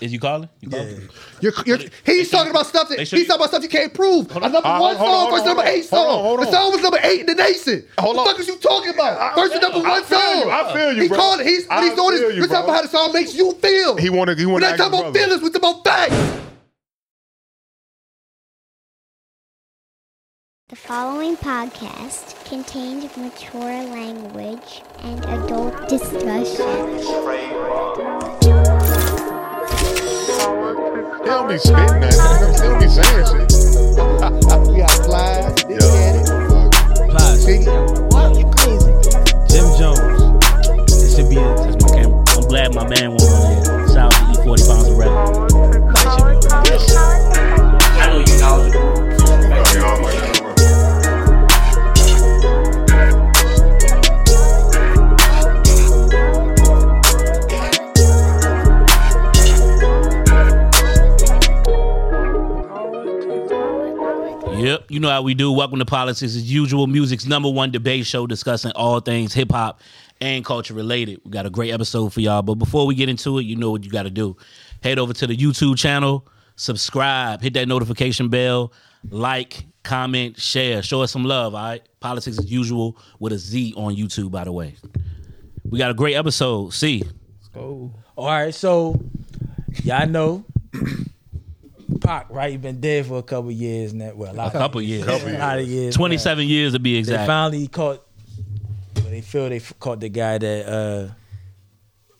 Is you calling? You calling? You're, you're, he's talking about stuff that they he's should- talking about stuff you can't prove. A number Hold one on, Ah, hold on, song versus hold on, number eight hold on, song. hold The on. song was number eight in the nation. What Hold the on. fuck is you talking about? Versus number I one feel you, song. I feel you, He bro. called it. He's what I he's doing feel is you, we're talking bro. about how the song makes you feel. He wanna- he wanna We're not act talking his about brother. feelings. We're talking about facts. The following podcast contains mature language and adult discussion. They don't be spitting that. They don't be saying shit. We are flies. Plies. You crazy. Jim Jones. It should be it. That's my camera. I'm glad my man won't run in. Shout out to E40 Pounds of Rap. I know you knowledgeable. Yep, you know how we do. Welcome to Politics as usual, music's number one debate show discussing all things hip hop and culture related. We got a great episode for y'all, but before we get into it, you know what you got to do. Head over to the YouTube channel, subscribe, hit that notification bell, like, comment, share, show us some love. All right, Politics as usual with a Z on YouTube, by the way. We got a great episode. See, All right, so y'all know Pac, right? He been dead for a couple years now. Well, a lot, a couple years, a lot of years. now. 27 years to be They exact. finally caught. well, they feel they f- caught the guy that uh,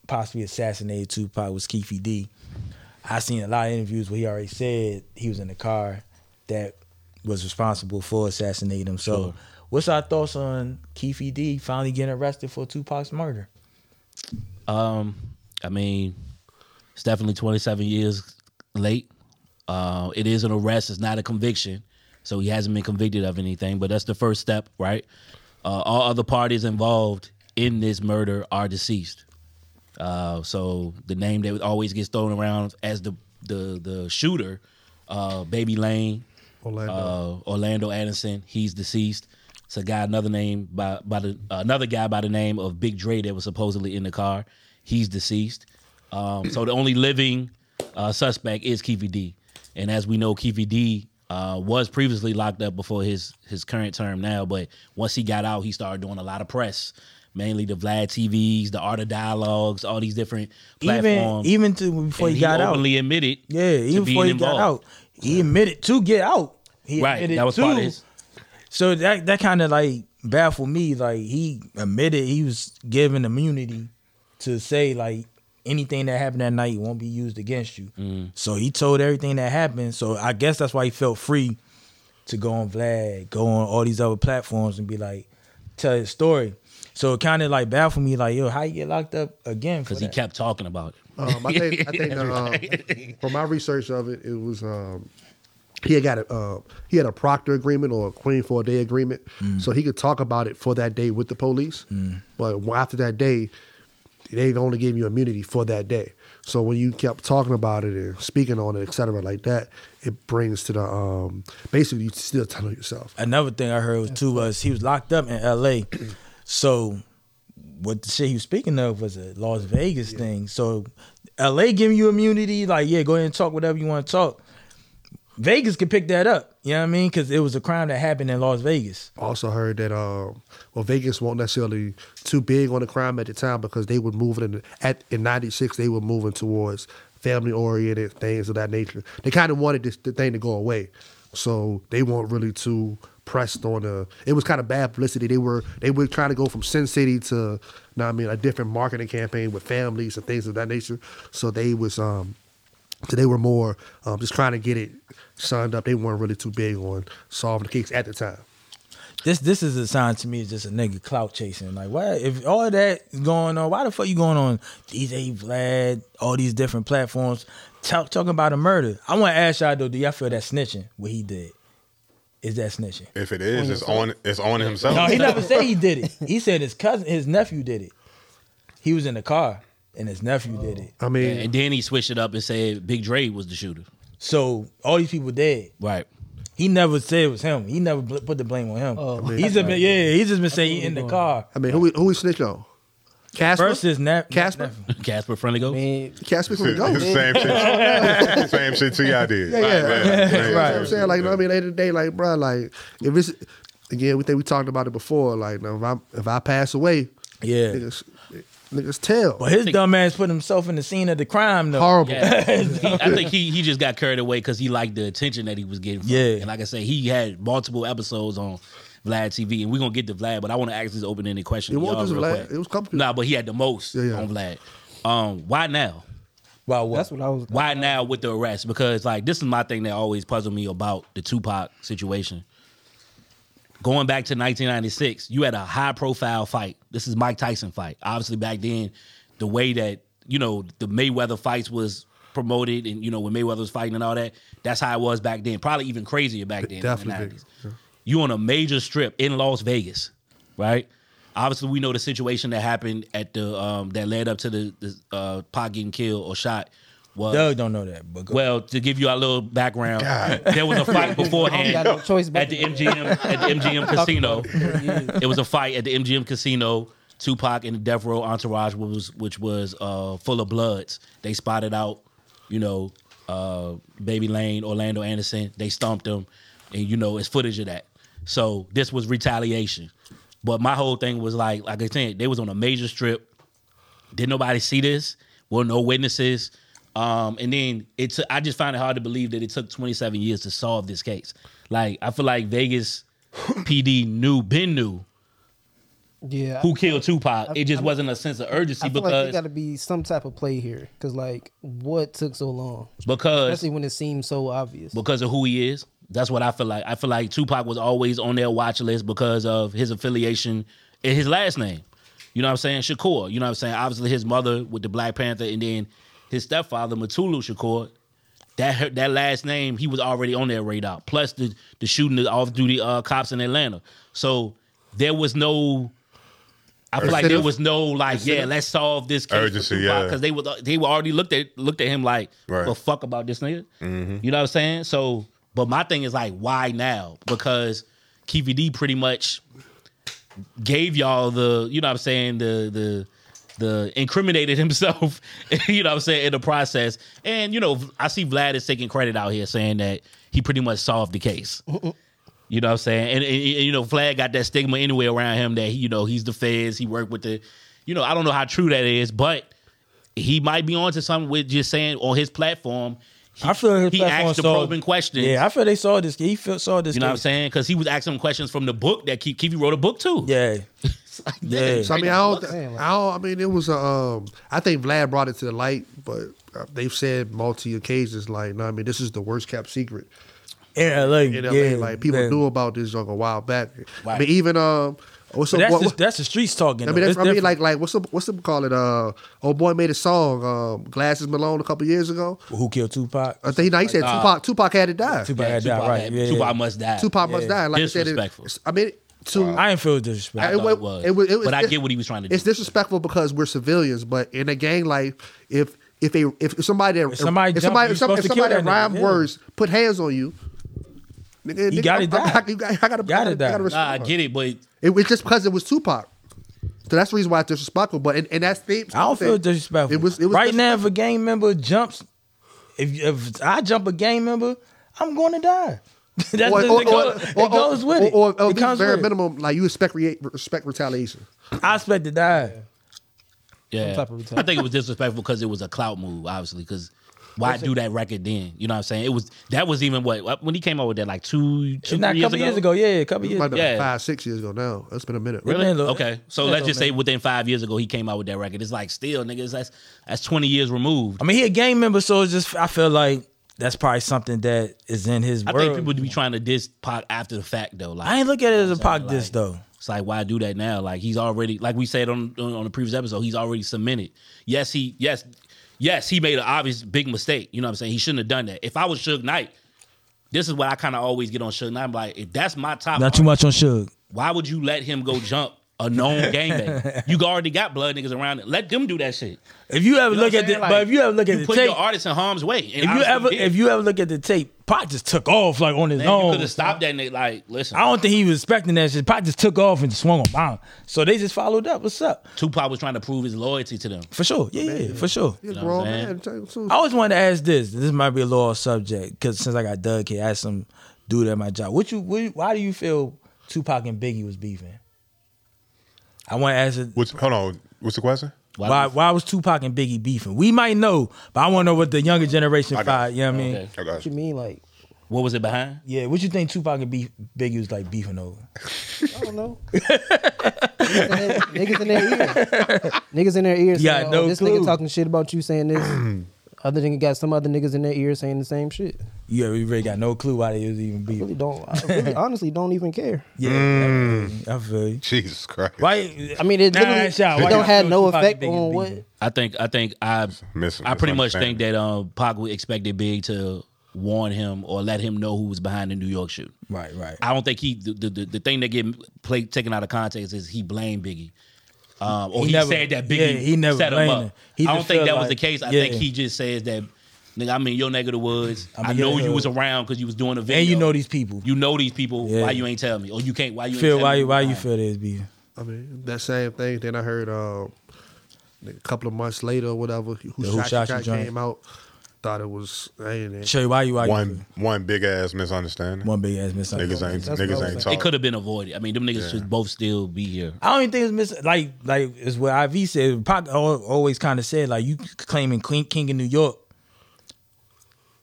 possibly assassinated Tupac was Keefy D. I seen a lot of interviews where he already said he was in the car that was responsible for assassinating him. So, Sure. what's our thoughts on Keefy D finally getting arrested for Tupac's murder? Um, I mean, it's definitely 27 years late. Uh, it is an arrest. It's not a conviction, so he hasn't been convicted of anything. But that's the first step, right? Uh, all other parties involved in this murder are deceased. Uh, so the name that always gets thrown around as the the the shooter, uh, Baby Lane, Orlando. uh, Orlando Addison. He's deceased. It's a guy, another name by by the uh, another guy by the name of Big Dre that was supposedly in the car. He's deceased. Um, so the only living uh, suspect is Keefy D, and as we know, Keefy D uh, was previously locked up before his his current term now. But once he got out, he started doing a lot of press, mainly the Vlad TVs, the Art of Dialogues, all these different Even platforms. even to before and he got out, openly admitted, yeah, to being even before he involved. got out, he admitted to get out. He right? admitted That was part to- of his So that that kind of like baffled me. Like he admitted he was given immunity to say like anything that happened that night won't be used against you. Mm. So he told everything that happened. So I guess that's why he felt free to go on Vlad, go on all these other platforms and be like tell his story. So it kind of like baffled me. Like yo, how you get locked up again? because he kept talking about it. Um, I think, I think the, um, from my research of it, it was um, he had got a uh, he had a proctor agreement or a queen for a day agreement, so he could talk about it for that day with the police. But wa- after that day, they only gave you immunity for that day. So when you kept talking about it and speaking on it, et cetera, like that, it brings to the um, basically you still telling yourself. another thing I heard was too was he was locked up in L.A. So what the shit he was speaking of was a Las Vegas thing. So L.A. giving you immunity, like yeah, go ahead and talk whatever you want to talk. Vegas could pick that up, you know what I mean? Because it was a crime that happened in Las Vegas. Also heard that um, well Vegas won't necessarily too big on the crime at the time because they were moving in, at in '96 they were moving towards family oriented things of that nature. They kind of wanted this the thing to go away, so they weren't really too pressed on the. It was kind of bad publicity. They were they were trying to go from Sin City to, know what I mean, a different marketing campaign with families and things of that nature. So they was um so they were more um, just trying to get it signed up. They weren't really too big on solving the case at the time. This this is a sign to me. It's just a nigga clout chasing. Like why? If all that is going on, why the fuck you going on DJ Vlad, all these different platforms, talk, talking about a murder? I want to ask y'all though, do y'all feel that snitching? What he did is that snitching? If it is, it's on. It's on himself. No, he never said he did it. He said his cousin, his nephew did it. He was in the car and his nephew did it. I mean, And then he switched it up and said Big Dre was the shooter. So all these people dead. Right. He never said it was him. He never bl- put the blame on him. he's just been, yeah, he's just been saying he in the car. I mean, who we- who we snitch on? Casper. Versus Nap. Casper? Casper Friendly Ghost. Man, Casper from the It's Ghost. the same shit. same shit to y'all did. Yeah, yeah. right. You know what I'm saying? Like, you know what I mean, later today, like, bro, like, if it's again, we think we talked about it before. Like, you know, if I if I pass away, Yeah. niggas, niggas tell. But his dumb ass put himself in the scene of the crime though. Horrible. Yeah. He- I think he, he just got carried away because he liked the attention that he was getting. From. it. Yeah. and like I say, he had multiple episodes on Vlad TV, and we're gonna get to Vlad, but I want to ask this open-ended question. It to wasn't y'all just real Vlad. quick. It was a couple people. Nah, but he had the most Yeah, yeah. on Vlad. Um, why now? Wow, what? that's what I was. Why now with the arrest? Because like this is my thing that always puzzled me about the Tupac situation. Going back to 1996, you had a high profile fight. This is Mike Tyson fight. Obviously back then, the way that you know the Mayweather fights was promoted, and you know when Mayweather was fighting and all that, that's how it was back then. Probably even crazier back then. in the Definitely 90s. You on a major strip in Las Vegas, right? Obviously, we know the situation that happened at the um, that led up to the, the uh, Pac getting killed or shot was Doug don't know that. But go. well, to give you a little background, there was a fight beforehand I don't got no choice but at the to- MGM at the MGM casino. It was a fight at the MGM casino. Tupac and the Death Row entourage was which was uh, full of bloods. They spotted out, you know, uh, Baby Lane, Orlando Anderson. They stomped them, and you know, it's footage of that. So this was retaliation. But my whole thing was like, like I said, they was on a major strip. Did nobody see this? Well, no witnesses. Um, and then it took, I just find it hard to believe that it took 27 years to solve this case. Like I feel like Vegas PD knew, Ben knew Yeah. who killed Tupac. I- it just I- wasn't a sense of urgency I feel like because there got to be some type of play here, cause like what took so long, because especially when it seemed so obvious. because of who he is. That's what I feel like. I feel like Tupac was always on their watch list because of his affiliation and his last name. You know what I'm saying? Shakur. You know what I'm saying? Obviously his mother with the Black Panther and then his stepfather, Matulu Shakur. That her- that last name, he was already on their radar. Plus the the shooting of off duty uh, cops in Atlanta. So there was no I feel like there Incentive? was no like, yeah, let's solve this case Urgency, yeah. because they were they were already looked at looked at him like, Right. well, fuck about this nigga. You know what I'm saying? So, but my thing is like, why now? Because KVD pretty much gave y'all the, you know what I'm saying, the the the incriminated himself, you know what I'm saying, in the process. And you know, I see Vlad is taking credit out here saying that he pretty much solved the case. You know what I'm saying? And, and, and, you know, Vlad got that stigma anyway around him that he, you know, he's the feds, he worked with the, you know, I don't know how true that is, but he might be onto something with just saying on his platform. He, I feel his he platform asked the saw- probing questions. Yeah, I feel they saw this. He feel, saw this. you know what I'm case. saying? Because he was asking questions from the book that Ke- Keevy wrote a book too. Yeah. yeah. So I mean, I don't, Saying, like- I don't. I mean, it was a. Um, I think Vlad brought it to the light, but uh, they've said multi occasions like, no, I mean, this is the worst kept secret. Yeah, like, You know, what I yeah, mean? like people yeah. knew about this junk a while back. I Right. mean, even um, what's But up? what- that's just, what- that's the streets talking. I mean, though. that's, It's I mean, like, different. like what's up? What's up? Call it. Uh, old boy made a song, um, "Glasses Malone," a couple years ago. who killed Tupac? I think he, he said Nah. Tupac. Tupac had to die. Tupac Yeah, had Tupac that right. had- Yeah, Tupac yeah. must die. Tupac must Yeah. die. Like I said, Disrespectful. it, I mean, to I didn't feel disrespect. I thought wa- it was. wa- was- But I it's- get what he was trying to do. It's disrespectful because we're civilians, but in a gang life, if if a if somebody that, if somebody if jump, somebody you if some- if supposed to kill somebody that that nigga, rhyme yeah. words put hands on you, nigga, You nigga, gotta I- I- die. you got- I gotta, Gotta I die. gotta Nah, I respond. get it, but It- it's just because it was Tupac. So that's the reason why it's disrespectful. But and, and that's the I don't feel disrespectful. It was, it was right dis- now, if a gang member jumps, if if I jump a gang member, I'm going to die. That's just, it, goes, it goes with it. Or, or, or it at least comes very with it. minimum, like you expect re- respect retaliation. I expect to die. yeah, type of retaliation. I think it was disrespectful because it was a clout move, obviously. Because why do that record then? You know what I'm saying? It was that was even what when he came out with that like two, two Not three a couple years ago. Yeah, a couple years. Might ago. be Yeah. like five, six years ago now. It's been a minute. Really? Man, look- okay, so Yeah, let's look, just say within five years ago he came out with that record. It's like still, niggas, that's that's twenty years removed. I mean, he a gang member, so it's just I feel like that's probably something that is in his I world. think people be trying to diss Pac after the fact though. Like I ain't look at it as a what I'm pop saying? diss Like- though. It's like why do that now? Like he's already like we said on on, on the previous episode, he's already submitted. Yes, he yes yes he made an obvious big mistake. You know what I'm saying? He shouldn't have done that. If I was Suge Knight, this is what I kind of always get on Suge Knight. I'm like, if that's my top, Not too much on Suge. why would you let him go jump a known gangbang? you already got blood niggas around. It. Let them do that shit. If you ever You know look what I'm at saying? the, Like, but if you ever look at you the put tape, your artists in harm's way. if you ever, if you ever look at the tape, Pac just took off like on his Man, you own. could have stopped that nigga. Like, listen, I don't think he was expecting that shit. Pac just took off and swung him out. So they just followed up. What's up? Tupac was trying to prove his loyalty to them. For sure. Yeah, yeah, for sure. He's know what wrong I'm saying? man. Tell you I always wanted to ask this. This might be a little off subject because since I got Doug here, I asked some dude at my job. What you? What, why do you feel Tupac and Biggie was beefing? I want to ask it. What's hold on? What's the question? Why- Why, why was Tupac and Biggie beefing? We might know, but I want to know what the younger generation I got thought. You know what I mean? Okay. I got What you you. mean? Like, What was it behind? Yeah, what you think Tupac and Be- Biggie was like beefing over? I don't know. niggas in their ears. Niggas in their ears. Yeah, saying, no oh, This clue. nigga talking shit about you saying this. other nigga got some other niggas in their ears saying the same shit. Yeah, we really got no clue why they was even Really beefing. don't. I really, honestly don't even care. Yeah, Mm. I feel you. Jesus Christ. Why? I mean, it Nah, literally that's y'all. Why it don't y'all have feel no Tupac effect and Biggie on was what. beefing? I think I think I Miss- I pretty much misunderstanding. think that um Pac would- expected Big to warn him or let him know who was behind the New York shoot. Right, right. I don't think he the the, the, the thing that get play, taken out of context is he blamed Biggie. Um, or He he, never- said that Biggie yeah, he never set him blamed up. him. He I don't just think felt that was the like- case. I yeah. think he just says that nigga, I'm in your neck of the woods. I'm i in know your you hood. was around because you was doing a video. and you know these people. you know these people. Yeah. Why you ain't tell me? Or you can't why you feel ain't tell why me you why you behind? feel this beefing? I mean, that same thing. Then I heard uh, a couple of months later or whatever, who, The shot, You Shot came out. Thought it was I ain't it. Shay, why you why you One feel- one big ass misunderstanding. one big ass misunderstanding? niggas ain't That's what I was niggas ain't thinking. talking. It could have been avoided. I mean, them niggas Yeah. should both still be here. I don't even think it's mis like like is what IV said. Pac al- always kind of said like you claiming King, King of New York,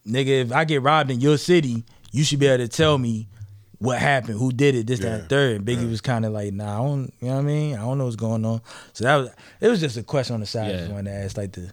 nigga. If I get robbed in your city, you should be able to tell me what happened, who did it, this, that, and Yeah. third. And Biggie was kind of like, nah, I don't, you know what I mean? I don't know what's going on. So that was it was just a question on the side. I just Yeah. wanted to ask like the,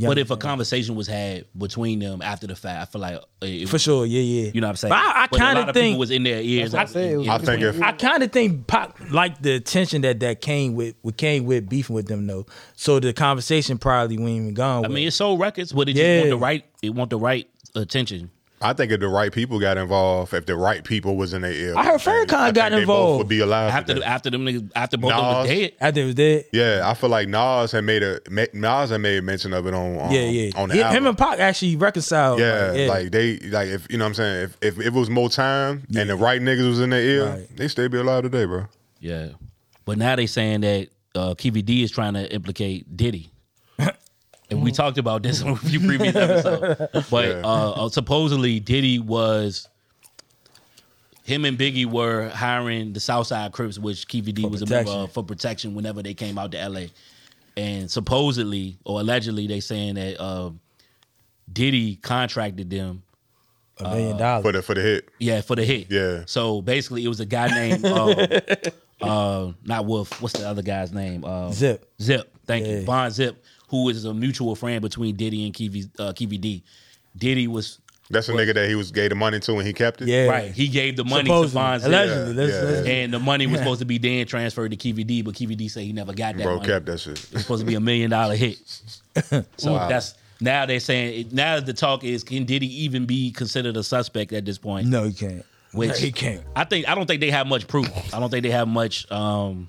But if a conversation was had between them after the fact, I feel like it, for sure, yeah, yeah, You know what I'm saying? But I, I But a lot kind of of people think was in their ears. That's what I'm saying. It was- I think if I kind of think Pac liked the attention that that came with, what came with beefing with them though. So the conversation probably went even gone. I with. mean, it sold records, but it Yeah. just want the right. It want the right attention. I think if the right people got involved, if the right people was in their ear, I heard think- Farrakhan I think got they involved. Both would be alive. After today. the, after them niggas, after both of them was Nas. dead. after it was dead. yeah, I feel like Nas had made a ma- Nas had made mention of it on um, Yeah, yeah. on the Him- album. Him and Pac actually reconciled. yeah, like, like they like if you know what I'm saying if if, if it was more time and the right niggas was in their ear, Right. they still be alive today, bro. Yeah, but now they saying that uh, KVD is trying to implicate Diddy, and we talked about this on a few previous episodes. But Yeah. uh, uh, supposedly Diddy was. Him and Biggie were hiring the Southside Crips, which KVD was a protection. member of, for protection whenever they came out to LA. And supposedly or allegedly, they saying that uh, Diddy contracted them a million uh, dollars. For the for the hit, Yeah, for the hit. Yeah. So basically, it was a guy named uh, uh, not Wolf. What's the other guy's name? Uh, Zip. Zip. Thank Yeah. you, Von Zip, who is a mutual friend between Diddy and KV, uh, KVD. Diddy was that's the nigga that he was gave the money to and he kept it. yeah, right. He gave the money to Supposedly. Von Zip. Allegedly, Yeah, let's, yeah. let's- And the money was supposed to be then transferred to KVD, but KVD said he never got that. bro, money. kept that shit. It's supposed to be a million dollar hit. So that's now they're saying it, now the talk is can Diddy even be considered a suspect at this point? No, he can't. Which No, he can't. I think I don't think they have much proof. I don't think they have much. Um,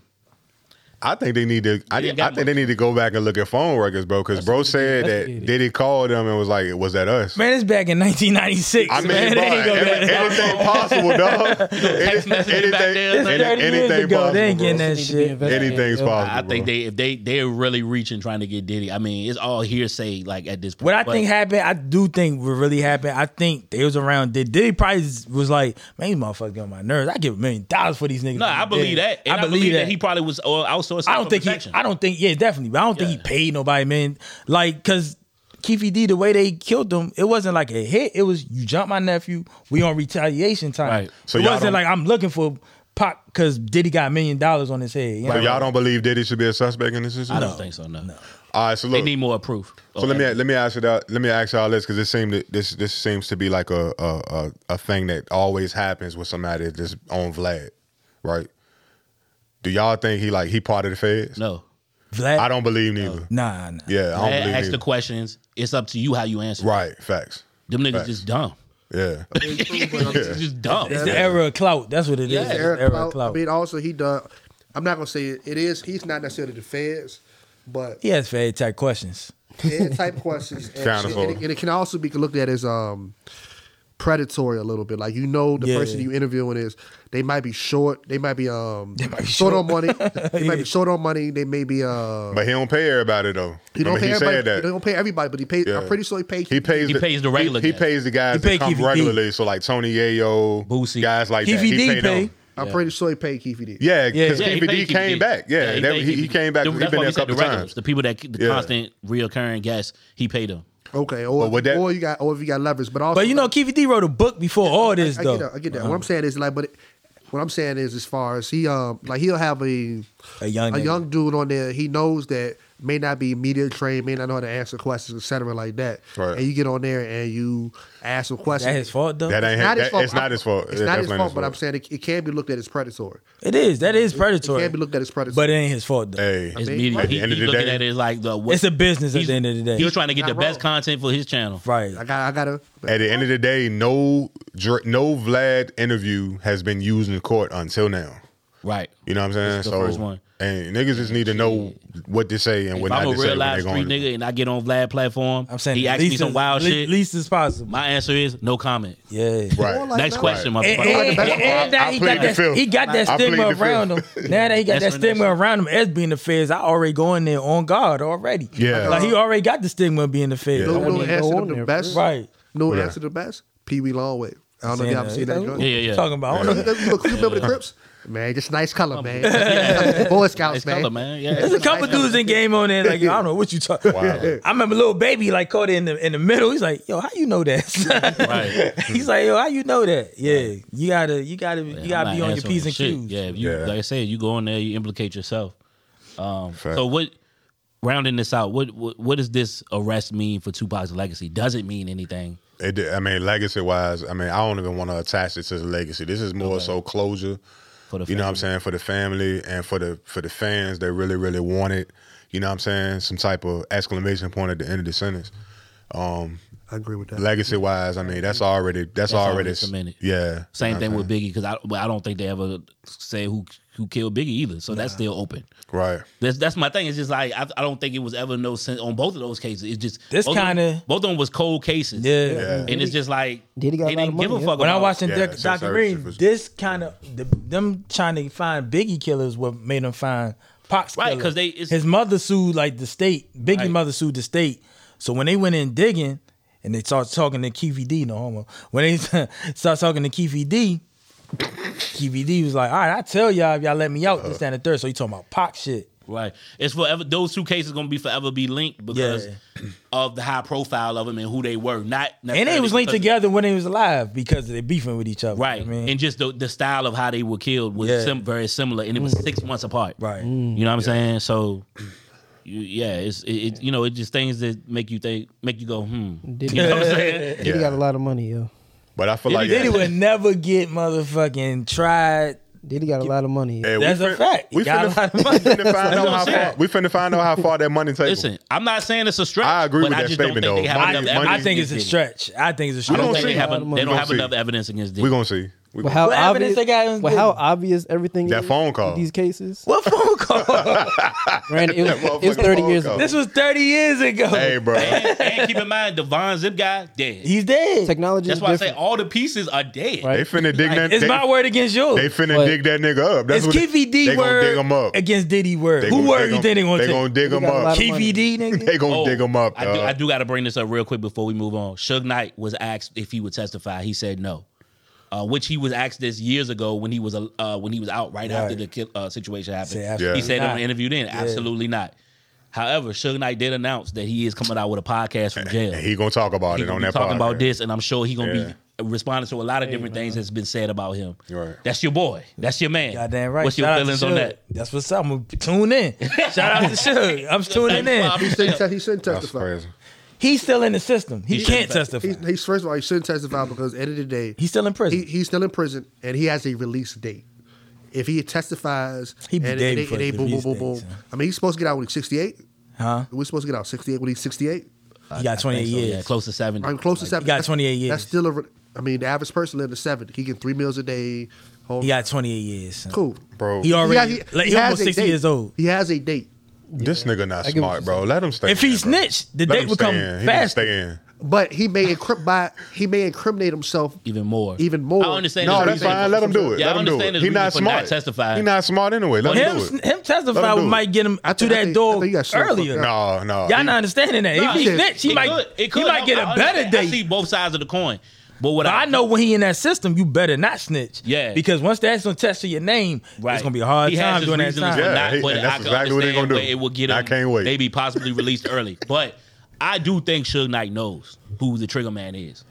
I think they need to. I, They think- ain't got I think they need to go back and look at phone records, bro. Because bro said that Diddy called them and was like, "Was that us?" Man, it's back in 1996. I mean, man, bro, they ain't gonna get every- that. anything possible, dog. text Any- messaging anything, back there, It's any- 30 years anything ago. they ain't getting that possible. Need to be shit. bro. investigated. Anything's Yeah. possible. I think bro. they if they they're really reaching trying to get Diddy. I mean, it's all hearsay like at this point. What I But think happened, I do think what really happened. I think they was around. Did Diddy probably was like, man, these motherfuckers get on my nerves. I give a million dollars for these niggas. No, to be I believe dead. that. And I, believe, that. he probably was all outsourcing. I don't think he. protection. I don't think. Yeah, definitely. But I don't think Yeah. he paid nobody, man. Like, cause Keefy D, the way they killed him, it wasn't like a hit. It was you jump my nephew. We on retaliation time. Right. So it y'all wasn't don't- like I'm looking for Pac because Diddy got a million dollars on his head. You know? So y'all don't believe Diddy should be a suspect in this I situation? don't think so. No, All right, so they look. need more proof. so let me let me ask you that. Let me ask y'all this because this seemed to- this this seems to be like a a, a a thing that always happens with somebody that's on Vlad, right? Do y'all think he like he part of the feds? No, Vlad, I don't believe neither. Nah, nah. Yeah, I I don't ask believe the neither. questions. It's up to you how you answer. Right, facts. Them niggas Facts. just dumb. Yeah, It's just dumb. It's the era of clout. That's what it is. Yeah, It's the Eric era Clout. of clout. I mean, also he does. I'm not gonna say it, it is. He's not necessarily the feds, but he has fed type questions. and type questions. And, Found shit. a hole. And it, and it can also be looked at as um, predatory a little bit. Like you know, the Yeah. person you interviewing is they might be short, they might be um They might be short, on short. money, they might Yeah. be short on money, they may be uh. But he don't pay everybody though. He don't Remember, pay he everybody. said that. He don't pay everybody, but he pays. Yeah. I'm pretty sure he pays. He pays. He pays the regular He, he guys. pays the guys He pay that come Keefy D. regularly. So like Tony Yayo, Boosie. guys like that. Keefy He D pay pay. them. I'm pretty sure he paid Keefy D. Yeah, Yeah. because Yeah, he Keefy D paid came Keefy. back. Yeah, he that- paid he, Keefy he D. came back. Them- He's that's why been there we a said couple the regulars, times. The people that the Yeah. constant reoccurring guests, he paid them. Okay. Or, But would that- or you got or if you got leverage, but also But you know, Keefy D wrote a book before all this, I though. get Uh-huh. that. I get that. What I'm saying is like, but it, what I'm saying is as far as he um like he'll have a A young a nigga. young dude on there. He knows that may not be media trained, may not know how to answer questions, etc. Like that. Right. And you get on there and you ask some Is that questions. his fault, though. That ain't Not his his, that, fault. It's not his fault. It's not his definitely fault, but I'm saying it, it can be looked at as predatory. it is. That is It predatory. can be looked at as predatory. but it ain't his fault, though. Hey, It's mean, media. at the He, end he's of the looking day- at it like the what, It's a business at he's- the end of the day. He's trying to get Not the best wrong. content for his channel. right. I got I gotta at the end of the day, no Dr- no Vlad interview has been used in court until now. Right. You know what I'm saying? This is the so first one. and and niggas just need to know what to say and If what not I'm a to say real when live they're street going. to- nigga and I get on Vlad platform, I'm saying he at asked me least some as- wild le- shit. Least as possible. My answer is no comment. yeah. Right. Like Next that. question, And, motherfucker. and- Like, and- and now I- I he plead got the that, fifth. he got that I plead stigma the fifth. around him. Now that he got That's that when that's- stigma around him as being the feds, I already go in there on guard already. Yeah. Like he already got the stigma of being the feds. Yeah. I no, wouldn't no mean, even- answer go to on the there, best. Right. No Yeah. answer to the best. Pee Wee Longway. I don't know if y'all ever seen that joint. Yeah, Yeah, yeah. Talking about. I don't know. Look, look, you remember the Crips? Man, just nice color, man. Boy Nice Scouts, man. color, man. Yeah. There's a couple dudes in game on there like yo, I don't know what you talking. Wow. I remember little baby like caught it in the in the middle. He's like, yo, how you know that? Right. He's like, yo, how you know that? Yeah, you gotta you gotta you I'm gotta not be on your answering p's and shit. q's. Yeah, if you Yeah. like I said, you go in there, you implicate yourself. Um, Fact. so what? Rounding this out, what, what what does this arrest mean for Tupac's legacy? Does it mean anything? It, did- I mean, legacy wise, I mean, I don't even want to attach it to the legacy. This is more so closure. For the you know what I'm family. saying for the family and for the for the fans that really really want it. You know what I'm saying some type of exclamation point at the end of the sentence. I agree with that. Legacy wise, I mean, that's already that's, already already, cemented. Yeah, Same You know thing what with Biggie because I well, I don't think they ever said who who killed Biggie either, so that's still open. I'm saying? right. That's that's my thing. It's just like I, I don't think it was ever no sense on both of those cases. It's just This both of- kinda- both of them was cold cases. Yeah. and it's just like Diddy got they a lot didn't of give a money, yeah. fuck. When I about- watched the Yeah, doc- since documentary, Irish was- this kind of the, them trying to find Biggie killers what made them find Pac's Right, killer. 'cause they- it's- his mother sued like the state. Biggie Right. mother sued the state. So when they went in digging and they started talking to Keefy D, no homo. When they started talking to Keefy D, Keefy D was like, "All right, I tell y'all if y'all let me out, this Uh-huh. that, and the third. So he talking about Pac shit. Right. It's forever. Those two cases gonna be forever be linked because of the high profile of them and who they were. Not And they necessarily was linked because- together when they was alive because they beefing with each other. Right. I mean, and just the, the style of how they were killed was Yeah. sim- very similar, and it Mm. was six months apart. Right. Mm. You know what I'm saying? So. You, yeah, it's it, it. You know, it just things that make you think, make you go, hmm. Diddy, You know what I'm saying? Diddy Yeah. got a lot of money, yo. But I feel like Diddy Oh, yeah, would never get motherfucking tried. Diddy got a lot of money. Hey, we That's a fin- fact. We Got finna, a lot of money. we finna find what out how I'm saying. far we finna find out how far that money takes. Listen, I'm not saying it's a stretch. I agree but with I that just statement, don't think they though. have I, enough Money- evidence. money- I think it's a against stretch. I think it's a Diddy. I don't stretch. gonna think they see. have. We A, they don't gonna have see. enough evidence against we this. gonna see. We But gonna- how What evidence obvious? they got is but good. how obvious everything That is phone call. with These cases. What phone call? Granted, it That was, it was motherfucking thirty phone years call. ago. this was 30 years ago. hey, bro. and, and keep in mind, Devon Zip guy dead. He's dead. Technology That's is why I say different. all the pieces are dead. Right. they finna dig that. it's They, my word against yours. they finna But- dig that nigga up. That's it's what they- Keefy D they word Gonna dig him up. against Diddy word. They Who gonna word dig you him- think they gonna They take? gonna dig him got a up. lot of- Keefy D nigga. They gonna Oh, dig him up. I do, dawg. I do got to bring this up real quick before we move on. Suge Knight was asked if he would testify. He said no, uh, which he was asked this years ago when he was uh, uh, when he was out right, after the kill, uh, situation happened. Said He absolutely said not. on an interview then, absolutely not. However, Suge Knight did announce that he is coming out with a podcast from jail. And he gonna talk about He it gonna on be that talking podcast. about this, and I'm sure he gonna Yeah. be responding to a lot of different things that's been said about him. Right. That's your boy. That's your man. Goddamn right. What's your Shout out to feelings on Suge. that? That's what's up. I'm gonna tune in. Shout out to Suge. I'm tuning in. Bobby. He shouldn't, te- he shouldn't That's testify. crazy. He's still in the system. He, can't testify. He's, he's first of all, he shouldn't testify because at the end of the day, He's still in prison. he, he's still in prison and he has a release date. If he testifies, He be and, and, dead they- before and they the boom, boom, release boom, date, boom. son. I mean, he's supposed to get out when he's 68. huh? We're supposed to get out 68 when he's 68. He got 28 So, yeah, years. close to seventy. I'm close to he seven. got That's- 28 years. That's still a. re- I mean, the average person lived to seven. He get three meals a day. Whole, He got 28 years. son. cool. Bro, He He, already. got- like, he, has almost a 60 date. years old. He has a date. this nigga not I get what smart, you're bro. Let him stay. If he in, bro. snitched, the Let date him would stay come in. He can faster. stay in. But he may incrim- by he may incriminate himself even more. even more. I understand. No, his that's reason. fine. Let him do it. Yeah, I Let him do understand it. his He reason not for not smart. testifying. He not smart anyway. Let him, him, do it. him Let him do testifying it. might get him I to think- I that think- I door think you got shut the fuck earlier. up. No, no. Y'all not understanding that. Nah, if he shit. snitch, he it might could, it could. he might I- get I a better understand. I see date. both sides of the coin, but what But I know when he in that system, you better not snitch. Yeah. because once that's on test of your name, Right. it's gonna be a hard he time has his during that reasons time. for Yeah, not, he- but and that's I can exactly what they understand gonna where do. It will get him. I can't wait. Maybe possibly released early, but I do think Suge Knight knows who the Trigger Man is.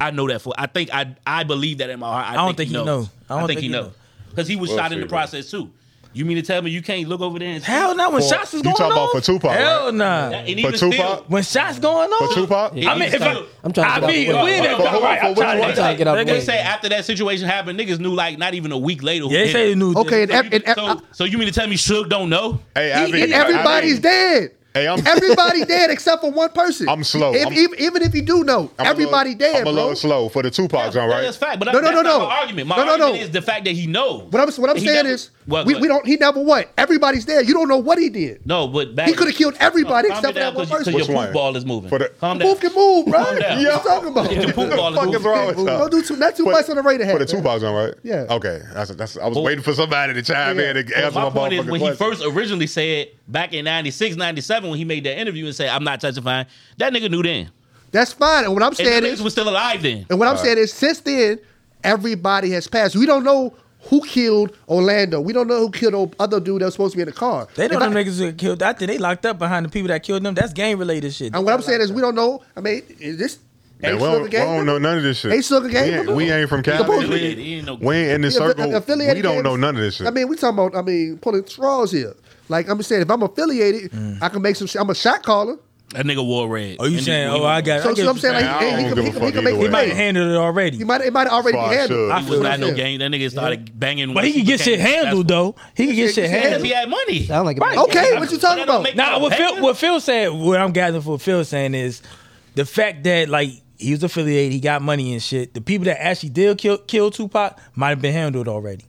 I know that for. I think I I believe that in my heart. I, don't think he knows. know. I don't think, he knows know. because he was We'll shot in see, the bro. process too. You mean to tell me you can't look over there and see? Hell no, when For- shots is you going talking about off, for Tupac, Hell right? nah. And even For Tupac, still, When shots going on, for Tupac, I mean, if I, I'm trying to get I out mean, the way. we ain't For- for- right. for I'm which trying, one? I'm trying to get out the They they way. say after that situation happened, niggas knew like not even a week later. who Yeah, they did say it. they knew. Okay, this. and, ev- and, ev- So, so you mean to tell me Suge don't know? hey, I mean, and everybody's I mean, dead. Hey, I'm- Everybody dead except for one person. I'm slow. If, I'm- even, even if you do know, I'm a little- everybody dead, I'm a little bro. slow for the Tupac joint, That's right? fact. But No, I, no, that's no, not no. my argument. My No, no, no. argument is the fact that he knows. What I'm what I'm He saying never- is, What- we, what? we don't. He never what? Everybody's dead. You don't know what he did. No, but back He coulda killed everybody Calm except for down, that one 'cause- 'cause person. Your Which poop one? ball is moving. For the- Calm down. Move can move, bro. Calm down. What you talking about? Your poop ball What is the fuck moving. is wrong with y'all? Don't do too- not too For- much on the Raider hat, For the man. Tupac joint, right? Yeah. Okay, that's that's. I was Well- waiting for somebody to chime Yeah. in and answer My my, point is motherfucking when he question. first originally said back in 96, 97, when he made that interview and said, I'm not testifying, that nigga knew then. That's fine. And what I'm And the saying niggas is, was still alive then. and what I'm saying is, since then, everybody has passed. We don't know who killed Orlando. We don't know who killed the other dude that was supposed to be in the car. They If know I- them niggas who killed. After they locked up behind the people that killed them, that's gang related shit. And what I'm saying is, we don't know. I mean, is this Man, ain't we, don't, Sugar we Gang? don't know none of this shit. Ain't Sugar Gang? We ain't, we ain't from Cali. Supposed to We, be. He ain't no- we ain't in the Yeah, circle. affi- affiliated We don't know gangs- none of this shit. I mean, we talking about. I mean, pulling straws here. Like I'm saying, if I'm affiliated, Mm. I can make some. sh- I'm a shot caller. That nigga wore red. Oh, you And saying? then we- Oh, I got. So, I so get I'm you. saying, like, saying. I hey, he, don't can, he, give a can, he fuck can make. either He way. might have might. handled it already. He might. It might already be Fuck, handled. sure. He That's was what not I'm no gang. saying. That nigga started banging. But he can get shit handled though. He can get He can shit get Because handled. he had money. Sound like a Right. bitch. Okay, what you talking about? Now, what Phil, what Phil said, what I'm gathering from what Phil saying is the fact that like he was affiliated, he got money and shit. The people that actually did kill kill Tupac might have been handled already.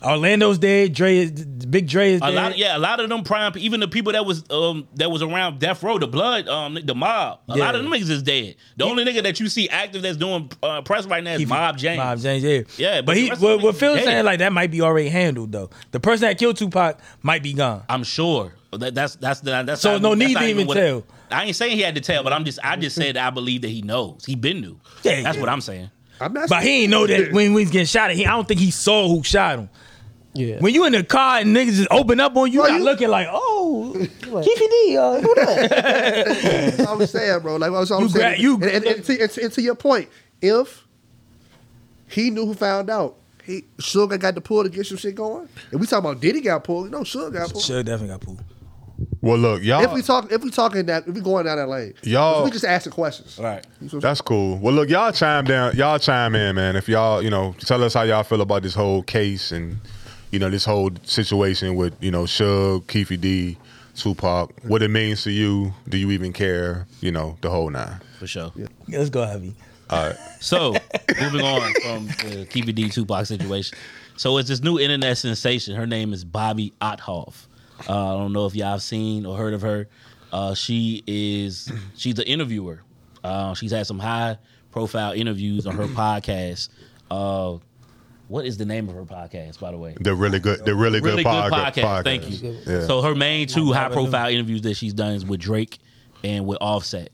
Orlando's dead. Dre is big. Dre is A dead. lot, yeah, a lot of them prime, even the people that was um that was around Death Row, the Blood, um, the mob. A Yeah. lot of them niggas is dead. The only nigga that you see active that's doing uh, press right now is Keith- Mob James. Mob James, yeah. Yeah, but, but the he rest of what, the what niggas Phil's dead. saying like that might be already handled though. The person that killed Tupac might be gone. I'm sure that, that's that's the that's So not- no that's need not to even what- tell. I ain't saying he had to tell, but I'm just I just said I believe that he knows. He been knew. Yeah, that's yeah. what I'm saying. I'm not. But he ain't know that when, when he's getting shot at. He I don't think he saw who shot him. Yeah. When you in the car and niggas just open up on you, Bro, not you- looking like oh, Keefy D, uh, who that? That's all I'm saying, bro. Like that's all I'm You saying. gra- you- and, and, and, to, and, to, and to your point, if he knew who found out, he Sugar got the pull to get some shit going. And we talking about Diddy got pulled. No, Sugar got pulled. Sure, definitely got poo. well, look, y'all. If we talk, if we talking that, if we going down that lane, Y'all- we just asking questions. Right. That's cool. Well, look, y'all chime down, y'all chime in, man. If y'all, you know, tell us how y'all feel about this whole case and you know this whole situation with you know Suge, Keefy D, Tupac. What it means to you? Do you even care? You know, the whole nine. For sure. Let's go heavy. So moving on from the Keepy D Tupac situation. So it's this new internet sensation. Her name is Bobby Otthoff. Uh, I don't know if y'all have seen or heard of her. Uh, she is she's an interviewer. Uh, she's had some high profile interviews on her podcast. Uh, what is the name of her podcast, by the way? The really good, the really, really good, pod- podcast. Thank you. Yeah. So her main two high profile interviews that she's done is with Drake and with Offset.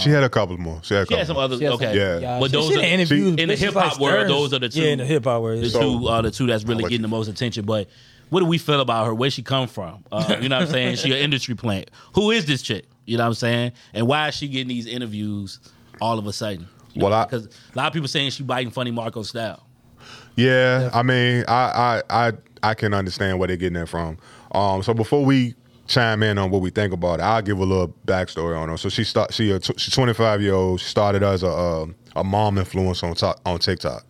she had a couple more. She had a She couple. had some other She has okay, some- Yeah. But She those done are, interviews, in the bitches hip-hop world, Stern. those are the two- Yeah, in the hip hop world. the So, two are the two that's really I'll let getting you- the most attention. But what do we feel about her? Where she come from? Uh, you know what I'm saying? She an industry plant. Who is this chick? You know what I'm saying? And why is she getting these interviews all of a sudden? You Well, I- because a lot of people saying she biting funny Marco style. Yeah, I mean, I, I I I can understand where they're getting that from. Um, so before we chime in on what we think about it, I'll give a little backstory on her. So she start she a tw- she's 25 year old. She started as a um a mom influence on top, on TikTok.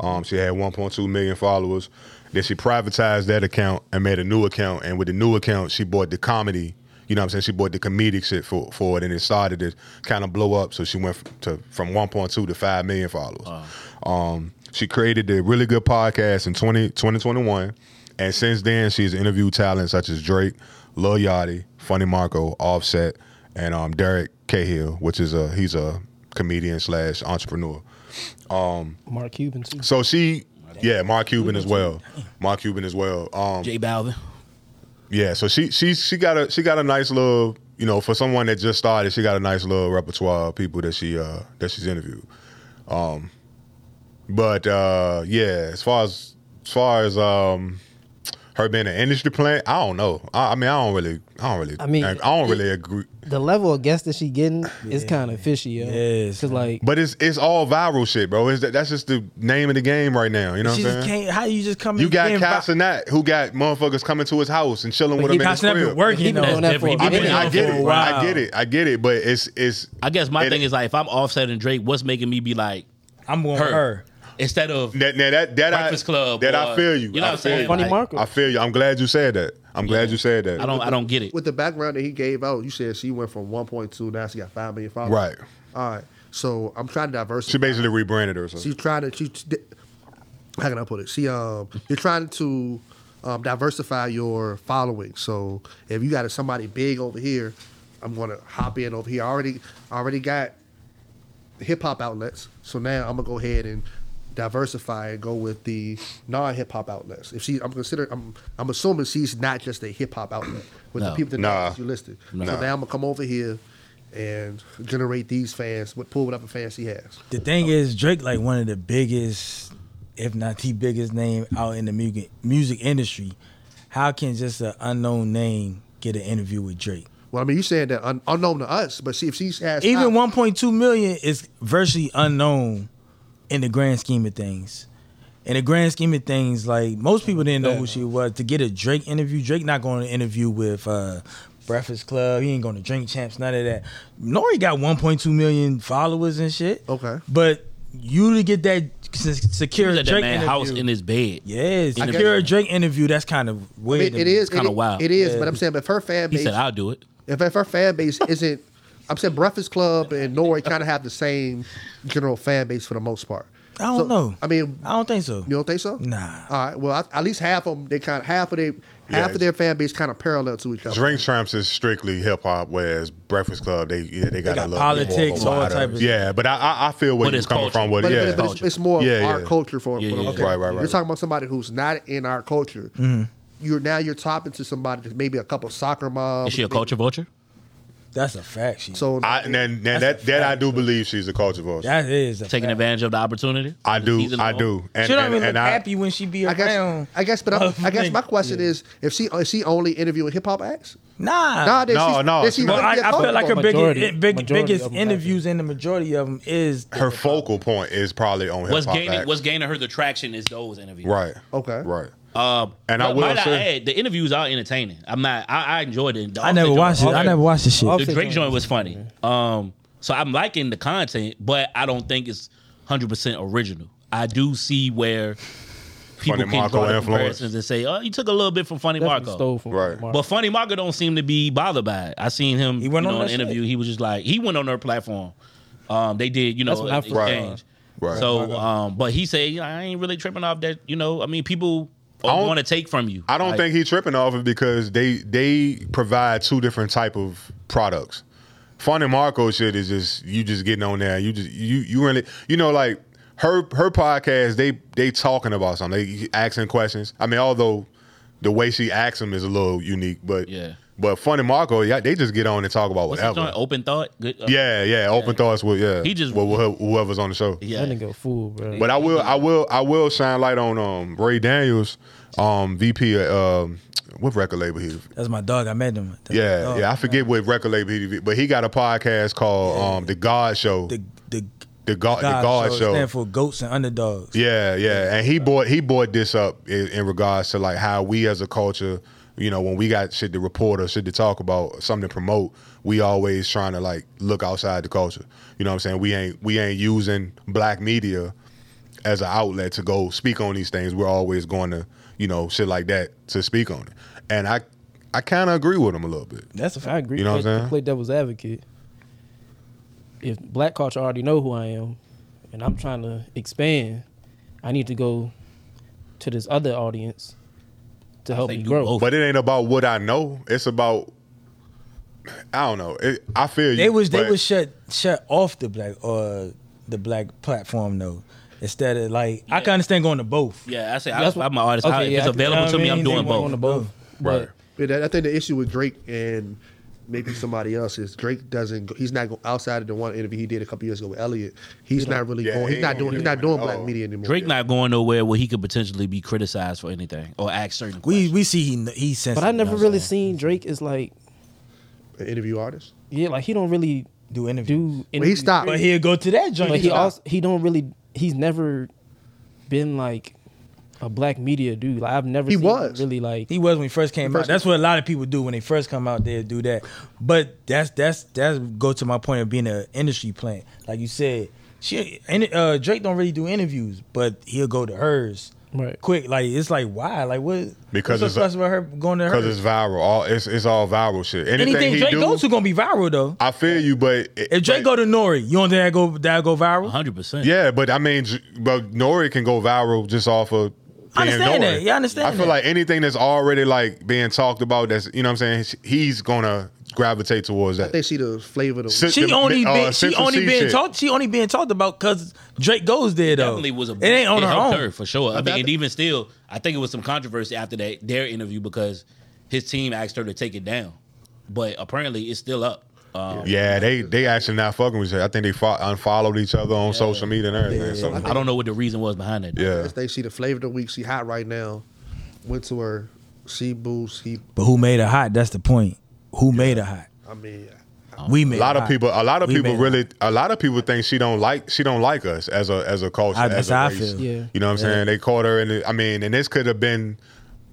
Um, she had 1.2 million followers. Then she privatized that account and made a new account. And with the new account, she bought the comedy. You know what I'm saying? She bought the comedic shit for, for it, and it started to kind of blow up. So she went f- to from 1.2 to 5 million followers. Um, she created the really good podcast in 20, 2021, and since then she's interviewed talent such as Drake, Lil Yachty, Funny Marco, Offset, and um, Derek Cahill, which is a he's a comedian slash entrepreneur. Mark Cuban too. So she, yeah, Mark Cuban as well. Mark Cuban as well. Um, J Balvin. yeah, so she she she got a she got a nice little you know for someone that just started she got a nice little repertoire of people that she uh that she's interviewed. Um, but uh yeah, as far as as far as um her being an industry plant, I don't know. I, I mean, I don't really, I don't really, I mean, I don't it- really agree. The level of guests that she getting is kind of fishy, yo. Yes, Cause like But it's it's all viral shit, bro. It's, that's just the name of the game right now. You know what she I'm just saying? can't. How you just come? You in got getting vi- Casanat, who got motherfuckers coming to his house and chilling with he him in his Casanat been crib. working he been on doing that That's for. a different. I He minute. been mean, I doing get for a it. while. I get it. I get it. But it's it's I guess my It- thing is like if I'm offset and Drake, what's making me be like I'm going her, with her. instead of that now that that Breakfast I, Club That or- I feel you. you know what I I'm feel saying? you. Funny like, Marco. I feel you. I'm glad you said that. I'm glad you said that. I don't I don't get it. With the background that he gave out, you said she went from 1.2, now she got 5 million followers. Right. All right. So I'm trying to diversify. She basically rebranded herself. She's trying to. She, how can I put it? She um, you're trying to um, diversify your following. So if you got somebody big over here, I'm gonna hop in over here. I already I already got hip hop outlets. So now I'm gonna go ahead and diversify and go with the non hip hop outlets. If she, I'm considering, I'm I'm assuming she's not just a hip hop outlet with No. the people that Nah. you listed. So Nah. now I'm gonna come over here. And generate these fans, with pull whatever fans she has. The thing is, Drake like one of the biggest, if not the biggest name out in the music music industry. How can just an unknown name get an interview with Drake? Well, I mean, you saying that un- unknown to us, but see if she's has Even top- 1.2 million is virtually unknown in the grand scheme of things. In the grand scheme of things, like most people didn't know who she was. To get a Drake interview, Drake not going to interview with uh, Breakfast Club. He ain't going to Drink Champs, none of that. Nori got 1.2 million followers and shit. Okay. but you to get that s- secure He was at that Drake man interview. house in his bed. yeah, I secure a guess- Drake interview. That's kind of I weird. mean, to it me. is kinda it- wild. It is, but I'm saying, but if her fan He base, said, I'll do it. if, if her fan base isn't, I'm saying Breakfast Club and Nori kind of have the same general fan base for the most part. I don't So, know. I mean, I don't think so. you don't think so? Nah. All right. Well, I, at least half of them, they kind of half of their half it's- of their fan base kind of parallel to each other. Drink Tramps is strictly hip hop, whereas Breakfast Club they yeah, they got, got a little politics, more all wider. type of- yeah. But I I, I feel where But you're it's coming culture. from. With, But, yeah, but, but it's, it's more Yeah, our yeah. culture for, Yeah, for the yeah, most yeah. part. Right, right, right, You're talking about somebody who's not in our culture. Mm-hmm. You're now you're topping to somebody that's maybe a couple soccer moms. Is she a maybe- culture vulture? That's a fact. She, So I, and then, then that That's a that I fact, do believe she's a culture vulture. that is a Taking fact. advantage of the opportunity? I The do, season I long? do, and she don't and, even and look I, happy when she be I around. guess, I guess, but I'm, I guess my question Yeah. is, if she is she only interviewing hip hop acts? nah. Nah, then No, she's, no, then she no. really but Uh, I, a I culture feel like her vulture. Majority- biggest, big, majority of biggest them have interviews and the majority of them is her focal point is probably on hip hop. What's gaining what's gaining her the traction is those interviews. right? Okay. right. Um, And I but will might say- add, the interviews are entertaining. I'm not. I, I enjoyed it. The I never Offset watched it. joint- I never watched the shit. The Offset Drake joint joint was funny. Um, so I'm liking the content, but I don't think it's 100 percent original. I do see where people Funny can Marco draw the influence. comparisons and say, "Oh, you took a little bit from Funny Definitely Marco." stole from Right. Marco. But Funny Marco don't seem to be bothered by it. I seen him He went you on know, in that an interview. He was just like he went on her platform. Um, they did you That's know what I an feel. Right. exchange. Right. So, um, but he said I ain't really tripping off that. You know, I mean, people I don't- want to take from you. I don't Like, think he tripping off it because they they provide two different type of products. Fun and Marco shit is just you just getting on there. You just you you really you know like her her podcast they they talking about something. They asking questions. I mean, although the way she asks them is a little unique, but Yeah. But Fun and Marco, yeah, they just get on and talk about What's the whatever. joint? Open thought. Good. uh, yeah, yeah, open thoughts with yeah. He just- with whoever- whoever's on the show. yeah. That nigga a fool, bro. But I will, I will, I will shine light on um, Ray Daniels, um, VP, at, um, what record label he? That's my dog. I met him. That's my Yeah, dog. yeah, I forget what record label he, but he got a podcast called um, The God Show, The the, the God, the God Show. stand for goats and underdogs. Yeah, yeah, and he brought he brought this up in, in regards to like how we as a culture, you know, when we got shit to report or shit to talk about, something to promote, we always trying to like look outside the culture. You know what I'm saying? We ain't we ain't using black media as an outlet to go speak on these things. We're always going to you know shit like that to speak on it, and I I kind of agree with him a little bit. That's a I fact. agree. You know what I'm Play- saying? Play devil's advocate. If black culture already know who I am, and I'm trying to expand, I need to go to this other audience to help say me do grow. both. But it ain't about what I know. It's about I don't know. It, I feel you. They was they but was shut shut off the black uh the black platform though. Instead of like I can understand going to both. Yeah, I say I, That's what- I'm an artist. okay, I- if yeah, it's I can- available I to me, I'm mean, doing they want both. to both. But Right. Yeah, that- I think the issue with Drake and maybe somebody else is Drake doesn't. go- He's not go, outside of the one interview he did a couple years ago with Elliot. He's not really Yeah, going. he He's not ain't doing. He's really not doing doing it at black all. media anymore. Drake not going nowhere where he could potentially be criticized for anything or asked certain We questions. we see he he sensitive. but I you never know what really I'm saying? seen Drake as like An interview artist. yeah, like he don't really do interview. do. Well, he interviews. stopped. But he'll go to that joint. But he also he don't really he's never been like a black media dude. Like I've never He seen was. him really like He was when he first came First- out. That's what a lot of people do when they first come out. They do that. But that's that's that's go to my point of being an industry plant. Like you said, she and, uh, Drake don't really do interviews, but he'll go to hers Right. quick. Like it's like why? Like what? Because what's it's so special about her going to because hers? it's viral. All it's it's all viral shit. Anything, Anything he Drake do, goes to gonna be viral though. I feel you, but If Drake go to Nori, you don't think that go that go viral? 100%. yeah, but I mean, J- but Nori can go viral just off of. I being understand Nori. that. Yeah, I understand I feel that. like anything that's already like being talked about, that's you know what I'm saying. He's gonna gravitate towards that. They see the flavor. Of the, Sit- She the- only uh, been, she Central only C being shit. talked she only being talked about because Drake goes there though. Definitely was a it ain't it on her helped own. her for sure. I But mean, that- and even still, I think it was some controversy after that their interview because his team asked her to take it down, but apparently it's still up. Um, Yeah, they they actually not fucking with each other. I think they fo- unfollowed each other on social media and everything. so, I don't know what the reason was behind that. yeah. They see the flavor of the week. She hot right now. Went to her. She boost. He. But who made her hot? That's the point. Who made her hot? I mean, We made A lot her of hot. people, a lot of We people made her really, hot. a lot of people think she don't like, she don't like us as a as a culture. I- as that's a how I race. feel. Yeah. You know what I'm saying? They caught her, and I mean, and this could have been,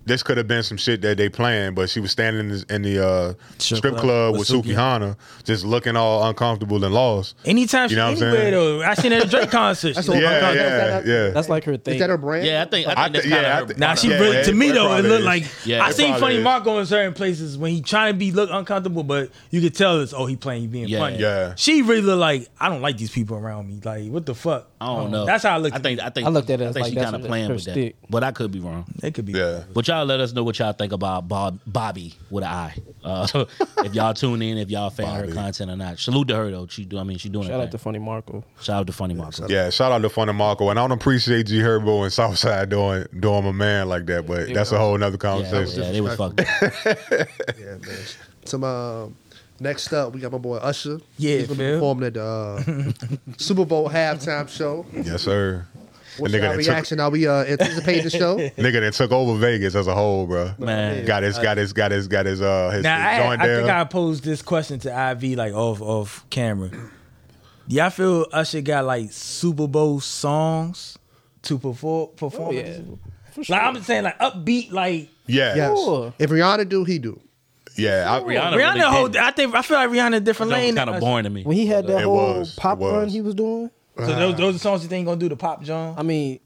this could have been some shit that they planned, but she was standing in the, in the uh, Strip strip club club with with Suki Suki. Hana, just looking all uncomfortable and lost. Anytime You know what she I'm anywhere saying? though, I seen her at a Drake concert. That's She's what like, I'm yeah, talking about. yeah, Is yeah. That's like her thing. is that her brand? yeah, I think I I think that's thi- kind yeah, I of her. thi- Nah, she Yeah, really it- to me it though. It probably looked is. like Yeah, I it seen probably Funny is. Marco in certain places when he trying to be look uncomfortable, but you could tell it's oh he playing he being Yeah. funny. Yeah. she really look like I don't like these people around me. Like what the fuck? Um, I don't know. Oh. That's how I look. I think I think I looked at it I as think like she that's kind of her- playing her with stick. that, but I could be wrong. it could be. Yeah. But y'all let us know what y'all think about Bob Bobby with an I. Uh, if y'all tune in, if y'all fan of her Bobby. content or not. Salute to her though. She do. I mean, she doing Shout her out to thing. Funny Marco. Shout out to Funny Marco. Yeah, shout out to Funny Marco, and I don't appreciate G Herbo and Southside doing doing my man like that, but that's a whole nother oh, Yeah, yeah, conversation. they was fucked. up. Yeah, man. Some uh, next up, we got my boy Usher. Yeah, he's gonna be Phil. performing at the uh, Super Bowl halftime show. Yes, sir. What's nigga our that took- reaction? Are we uh, anticipating the show? Nigga that took over Vegas as a whole, bro. Man. got his, got his, got his, got his, uh, his, Now his I, joint I there. think I posed this question to IV like off off camera. Y'all feel Usher got like Super Bowl songs to perform Oh, perform? at the yeah. Super Bowl? For sure. Like I'm just saying, like upbeat, like yeah, Yes. Sure. If Rihanna do, he do. yeah. I, Rihanna, Rihanna. really hold, didn't. I think I feel like Rihanna a different That was lane. kind of than boring to me. when he had that It whole was, it pop run was. he was doing, Usher. So those, those are songs you think gonna do the pop, John? I mean,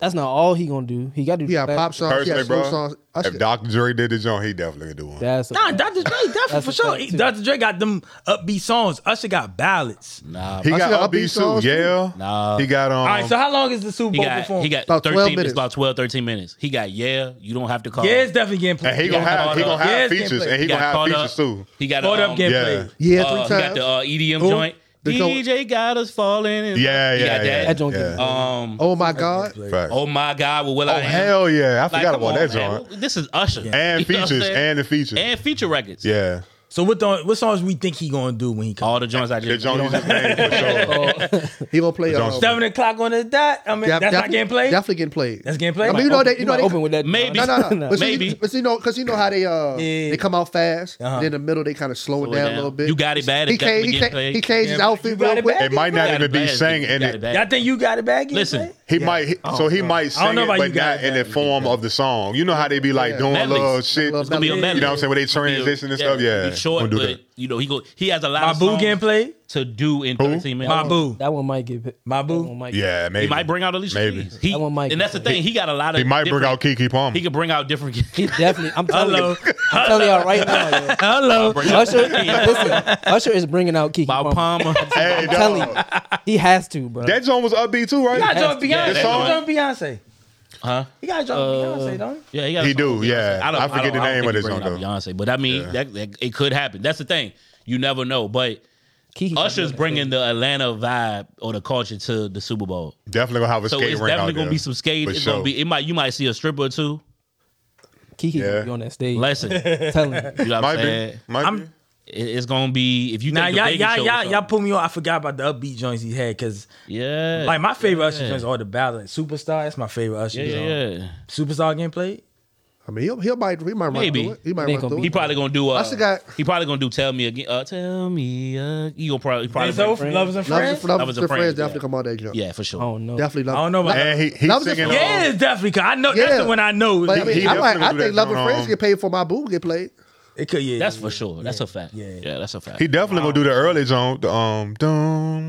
that's not all he gonna do. He got to do He got that- pop songs. He personally, got soul bro, songs. Usher. if Dr. Dre did the joint, he definitely could do one. That's a- Nah, Dr. Dre definitely That's for a sure. fact, He- too. Dr. Dre got them upbeat songs. Usher got ballads. nah, he bro. Usher got got upbeat upbeat songs, too. Yeah, Nah. he got um. All right, so how long is the Super Uh, he Bowl got performing? he got About 13 12 minutes. minutes. About 12, 13 minutes. He got yeah. You don't have to call. yeah, it's definitely getting and played. he gonna got have caught he up. gonna have Yeah, it's features, getting and he got gonna have caught features up. too. He got a, Caught up um, getting yeah. played. yeah, uh, three he got times. the uh, EDM Who? joint. The joint- DJ got us falling. in- Yeah, He yeah, got yeah. that. That joint yeah. getting- Um, oh, Oh my God. Facts. Oh, my God, with Will I Am. hell yeah! I Like, forgot come about on, that man. joint. This is Usher. And You know what I'm features, saying? and the features. and feature records. Yeah, So what the, what songs we think he gonna do when he comes? All the joints I the just joint you just named for sure. He gonna play. John Uh, Stewart. Seven o'clock on the dot. I mean, def- that's not definitely- getting played. Definitely getting played. That's getting played? I mean, you Like, know open- they, you know they, open with that. Maybe. No, no, no. No. But see, Maybe. but see, you know, because you know how they uh Yeah. they come out fast, Uh-huh. and in the middle they kind of slow it Slow it down, down. a little bit. You got it bad, He it definitely came, he getting came, played. he changed his Yeah, outfit you got real it quick. bad. It might not You got even it be bad. sang You in got it it. bad. Y'all think you got it back? Listen, He might, he- so he might I don't sing know it, about but you guys, not in the man. form of the song. You know how they be like doing Medleys. little shit. Little It's gonna be a You melody. You know what I'm saying? Where they transition and stuff. Yeah, it'll be short, Gonna do but that. you know he go. He has a lot my of boo songs getting played. to do in Who? 13 minutes. My boo. That one might get My boo? That one might get- Yeah, maybe He might bring out Alicia Maybe. Keys. He, That one might and that's the get- thing. He got a lot of. He might bring different- out Kiki Palmer. He could bring out different. He definitely. I'm telling Hello. you. I'm telling y'all right now. yo. Hello. Usher, listen, Usher is bringing out Kiki Bob Palmer. Palmer. Hey, I'm telling dog. you, he has to do, bro. that song was upbeat too, right? Y'all That's- join Beyonce. that's Y'all right. join Beyonce. Huh? He got a job with Beyonce, don't he? Yeah, got a He song do, with Beyonce. yeah. I forget the name think of he this bringing song, up Beyonce, but I mean, that, that- it could happen. That's the thing. You never know. But Kiki Usher's bringing the Atlanta vibe or the culture to the Super Bowl, Definitely gonna have a so skate it's ring out definitely gonna there, be some skate. for It's sure. gonna be. It might. You might see a stripper or two. Kiki gonna Yeah. be on that stage. Listen, you telling know you. what I'm Might saying? be. Might I'm- be. It- It's gonna be if you Now think the y'all Vegas show y'all or y'all y'all something. put me on. I forgot about the upbeat joints he had because yeah, like my favorite Usher Yeah. joints are the ballad. Superstar, that's my favorite Usher yeah, joint. yeah, yeah. Superstar getting played. I mean, he'll, he'll might, he might Maybe. run through it. He might They run gonna through be- He it. probably gonna do. Uh, Usher got- He probably gonna do. Tell me again. Uh, tell me. Uh, he gonna probably. probably It's over Oh, from Lovers and Love Friends. the, love That was a the friend, friends yeah. definitely come out that jump. yeah, for sure. I don't know. Definitely love. I don't know about- And he he's Love is a singing. friend. um, Yeah, it's definitely. Cause I know that's the one I know. But I mean, he I, might, definitely I do think that Love and song, Friends um, get paid for my boo get played. it could. Yeah, That's yeah. for sure. That's a fact. Yeah. Yeah, that's a fact. He definitely gonna do the early zone. The um, dum,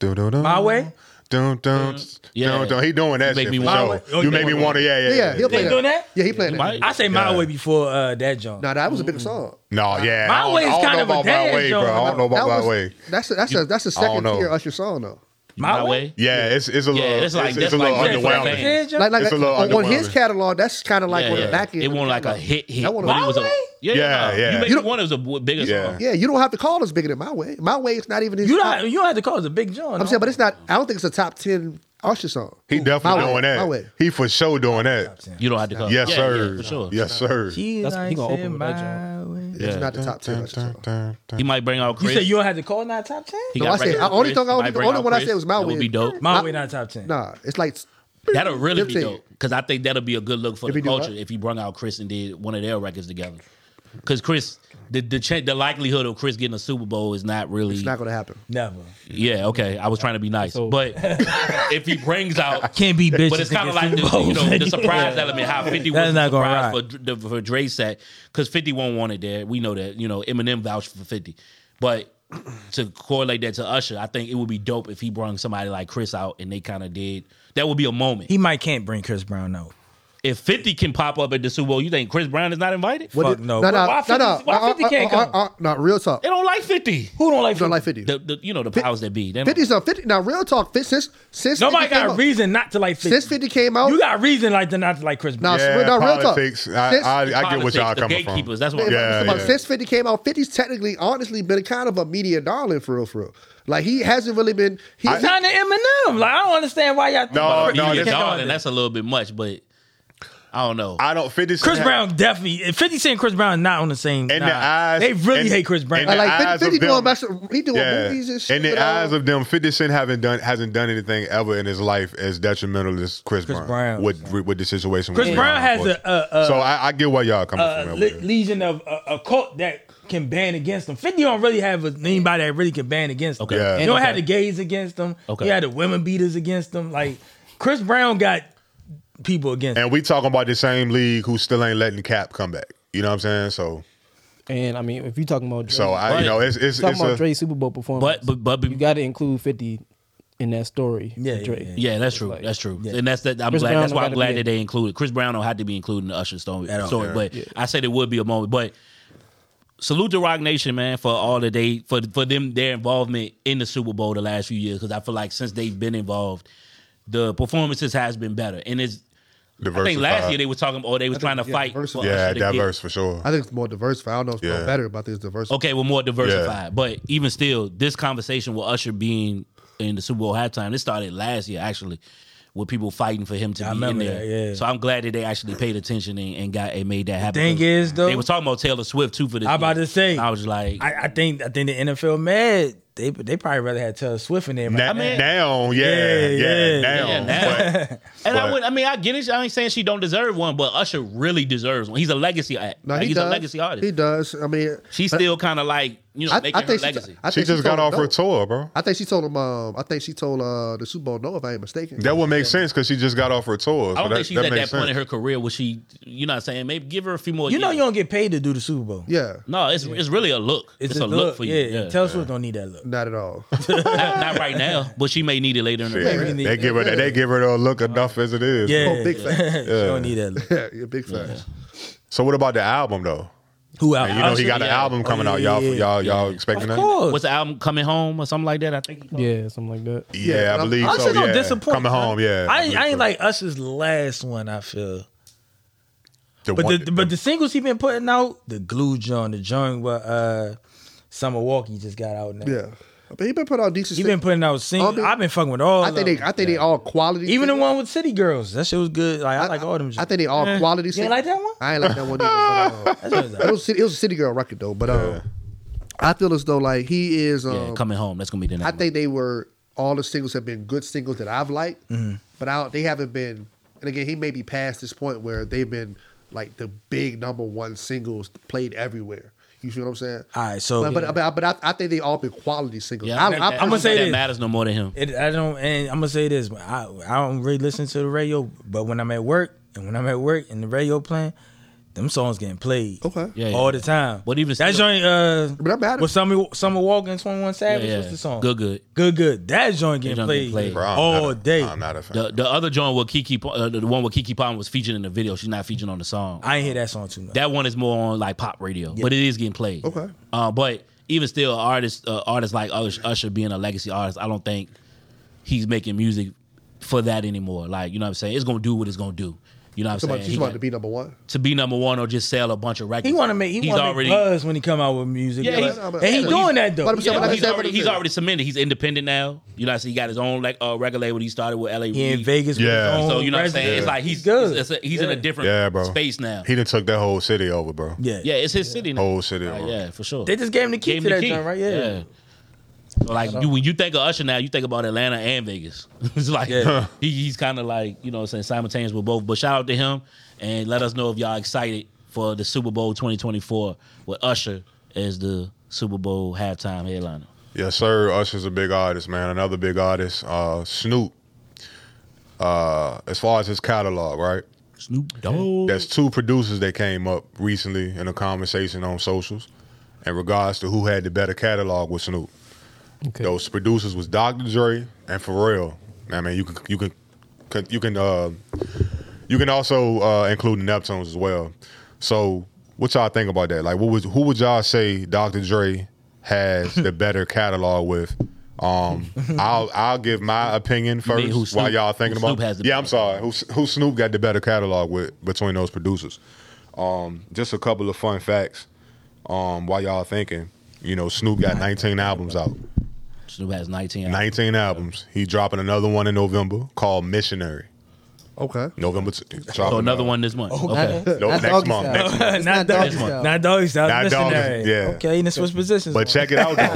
dum, dum, dum, My Way? Dum, dum, Mm, Yeah. dum, dum. He doing that You make shit me for want- My sure. Way. Oh, you you make me want- want to. Yeah, yeah. Yeah, yeah, he'll They play doing that? Yeah, he playing might. it. I say my Yeah. way before uh, that joint. Nah, that was a big song. No, yeah. My I don't- Way is I don't kind know of a about my dance way, bro. genre. I don't know about That my was- way. That's a, that's a, that's a I don't second know. tier Usher song though. My way? Yeah, it's it's a little. Yeah, it's like- it's, that's a little like- that's like- underwhelming. Yeah, joint? Like, like It's a little on, on his underwhelming. catalog, that's kind of like yeah, on yeah. the back end. It of the wasn't like a catalog. hit hit. That one but was- it was a, My Way? yeah, Yeah, yeah. yeah. You make You me don't- one. It was a w- bigger Yeah. song. Yeah, you don't have to call us bigger than my way. My way, it's not even his. You top- don't. You don't have to call it a big joint. I'm saying, but it's not. I don't think it's a top ten Usher song. Ooh, He definitely My Way, doing My that. way. He for sure doing that. You don't have to call. Yes, yeah, sir. Yeah, for sure. Yes, sir. She That's- likes he gonna open it with that my way. Yeah. It's not the top ten Usher song. He might bring out You Chris. said you don't have to call it not top ten. He No, got I said- Ray- I- only Chris. thing- He only- might bring only out one I Chris. said was my That would way. be dope. My I- way not top ten. Nah, it's like That'll really be Fifteen. dope because I think that'll be a good look for If the he do what? culture if he brung out Chris and did one of their records together. Because Chris, the the, ch- the likelihood of Chris getting a Super Bowl is not really. it's not gonna happen. Never. yeah, okay. I was trying to be nice, So- but if he brings out. Can't be bitches. But it's kind of like the, you know, the surprise element how 50 That's was not not gonna surprise ride. for, Dr- for Dre set because 51 wanted that. We know that. You know, Eminem vouched for 50. But to correlate that to Usher, I think it would be dope if he brung somebody like Chris out and they kind of did. That would be a moment. He might can't bring Chris Brown out. If 50 can pop up at the Super Bowl, you think Chris Brown is not invited? What Fuck did- no. no, no, Why no, 50 no. why Uh, 50 uh, can't uh, come? uh, uh, No, real talk. They don't like 50. Who don't like? Don't like 50? Fifty. The, the, you know, the powers that be. They don't- 50's a fifty. Now, real talk. fi- Since since Nobody 50 came got a out- reason not to like fifty. Since fifty came out, You got a reason like to not to like Chris Nah, Brown. it's Yeah, real- no, real talk. politics. I, Since- I, I get what Politics, y'all the coming from. gatekeepers, that's what I'm Yeah, talking But yeah. since 50 came out, 50's technically, honestly, been kind of a media darling for real, for real. Like, he hasn't really been. He, He's not an Eminem. Like I don't understand why y'all. think No, about no, Chris Even that's- Brown. darling, that's a little bit much, but I don't know. I don't fit this. Chris Brown definitely. if Fifty Cent, and Chris Brown not on the same. In nah. the eyes- they really in- hate Chris Brown. in the like, eyes 50, of 50 them. doing, mess- he doing Yeah. movies and shit. In the and all. eyes of them, 50 Cent haven't done hasn't done anything ever in his life as detrimental as Chris, Brown, Brown. with with the situation. Chris with Brown has a, a, a so I, I get why y'all coming a from. Uh, le- over there. legion of uh, a, a cult that can ban against them. Fifty don't really have a, anybody that really can ban against them. Okay. Yeah. You don't Okay. have the gays against them. Okay. You had the women beaters against them. Like Chris Brown got people against. him. And we talking about the same league who still ain't letting Cap come back. You know what I'm saying? So And I mean, if you're talking about Dre, so I you But- know it's it's, talking it's about a, Dre's Super Bowl performance, but, but, but, you got to include Fifty in that story. Yeah, with yeah, Dre. yeah. yeah, that's true. that's true. And that's that. I'm Chris glad. Brown that's don't why I'm gotta glad be that in. they included Chris Brown. Don't have to be included in the Usher story. At all. story Yeah. But I said it would be a moment. But salute to Rock Nation, man, for all that they for for them their involvement in the Super Bowl the last few years. Because I feel like since they've been involved, the performances has been better. And it's I think last diversified. year they were talking, or they were trying to yeah, fight. for diversified. Usher yeah, to get- diverse for sure. I think it's more diversified. I don't know if it's Yeah. more better, but I think it's diversified. Okay, we're more diversified. But even still, this conversation with Usher being in the Super Bowl halftime, this started last year actually, with people fighting for him to be I in remember there. that, yeah. So I'm glad that they actually paid attention and, and got and made that happen. Thing 'Cause is, though- they were talking about Taylor Swift too for this. I about year. to say. I was like, I, I think I think the NFL mad. They they probably rather had Taylor Swift in there. Na- now, yeah, yeah, Yeah, yeah, now. yeah, now. But and I but- would, I mean, I get it. I ain't saying she don't deserve one, but Usher really deserves one. He's a legacy act. Now, Like, he he's does. a legacy artist. He does. I mean, She's but still kind of like you know I, making I her think she, legacy. I she think just got told off him her no. tour, bro. I think she told him. Um, I think she told uh, the Super Bowl no, if I ain't mistaken. That would make sense because she just got off her tour. So I don't that, think she's that at that makes point in sense. her career where she, you know, what I'm saying maybe give her a few more. you know years. you don't get paid to do the Super Bowl. yeah, No, it's it's really a look. It's, a just look, for you. Yeah, Yeah. Taylor Swift don't need that look. not at all. not, not right now, but she may need it later in her Yeah, career. really. They give her they give her a look enough as it is. Yeah, Oh, big facts. she don't need that look. yeah, yeah, big facts. So what about the album though? Who out? And you know he got an yeah. album coming Oh, yeah, Oh, out. yeah, Y'all, yeah. y'all, y'all Of expecting that? course. What's the album coming home or something like that? I think. he- Yeah, something like that. Yeah, I believe Usher so. don't Yeah, disappoint. coming home. Yeah, I, believe I ain't so. like Usher's last one. I feel, The but one- the, but the singles he been putting out, the glue joint, the joint where uh, Summer Walkie just got out now. Yeah, but he been putting out decent. He stuff. been putting out I singles. mean- I've been fucking with all. I think they. I think they all quality. even the singles. one with City Girls. That shit was good. Like I, like all them. I think they Eh. all quality. You singles. ain't like that one? I ain't like that one. Either, but, um, That shit was it like- was city, it was a city girl record though, but um, I feel as though like he is. Um, Yeah, coming home. That's gonna be the next. I think they were all the singles have been good singles that I've liked, Mm-hmm. but I, don't- they haven't been. And again, he may be past this point where they've been like the big number one singles played everywhere. You see what I'm saying? All right, so- but uh, but, but, I, but I, I think they all been quality singles. Yeah, I I, think I that, I'ma I'ma personally- say say that this. matters no more than him. It, I don't, and I'm gonna say this, but I I don't really listen to the radio. But when I'm at work, and when I'm at work, and the radio playing, them songs getting played, Okay. Yeah, yeah. all the time. But even that still- joint, uh, But that matters. with Summer Summer Walking, Twenty One Yeah, Savage, yeah. what's the song? Good, good. good, good. That joint getting joint played, getting played. Bro, I'm all not a- day. I'm not a fan. The the other joint with Kiki, Pa- uh, the one with Kiki Palmer was featured in the video. She's not featured on the song. I ain't hear that song too much. that one is more on like pop radio, but it is getting played. Okay. Uh, but even still, artists uh, artists like Ush- Usher being a legacy artist, I don't think he's making music for that anymore. Like you know what I'm saying? It's gonna do what it's gonna do. You know what I'm Somebody- saying? she's He about got- to be number one. to be number one or just sell a bunch of records. he want to make, he he's want to already make uh, buzz when he come out with music. Yeah, Yeah, he's- and he but doing that but though. I'm saying- Yeah, Like I he's, said, already, what it he's is. already cemented. He's independent now. You know, what I'm saying? he got his own like uh, record label. He started with LA. He in Reid. Vegas. with Yeah. his own So you know what I'm saying? It's resident. like he's good. It's, it's a, he's in a Yeah. different Yeah, bro. space now. He done took that whole city over, bro. yeah, yeah, it's his city now. Whole city Like, over. yeah, for sure. They just gave him the key Gave to him the that joint, right? yeah. So like you, when you think of Usher now, you think about Atlanta and Vegas. it's like Yeah. he, he's kind of like you know what I'm saying simultaneous with both. But shout out to him and let us know if y'all excited for the Super Bowl 2024 with Usher as the Super Bowl halftime headliner. Yes, sir. Usher's a big artist, man. Another big artist. Uh, Snoop. Uh, as far as his catalog, right? Snoop Dogg. There's two producers that came up recently in a conversation on socials in regards to who had the better catalog with Snoop. Okay. Those producers was Dr. Dre and Pharrell. I mean, you can you can can- you can uh, you can also uh, include the Neptunes as well. So, what y'all think about that? Like, what was who would y'all say Dr. Dre has the better catalog with? Um, I'll I'll give my opinion first mean who while Snoop- y'all thinking who about. Snoop has the yeah, better I'm sorry. Who, who Snoop got the better catalog with between those producers? Um, just a couple of fun facts. Um, while y'all thinking, you know, Snoop got 19 albums out. Snoop has 19. 19 albums. He dropping another one in November called Missionary. Okay. November. T- So another one this month. Oh, Okay. No, That's next doggy month. style. Next not, month. not doggy doggy style. style. Not doggy style. Not doggy- missionary. yeah. Okay, you done switch positions. But check it out though.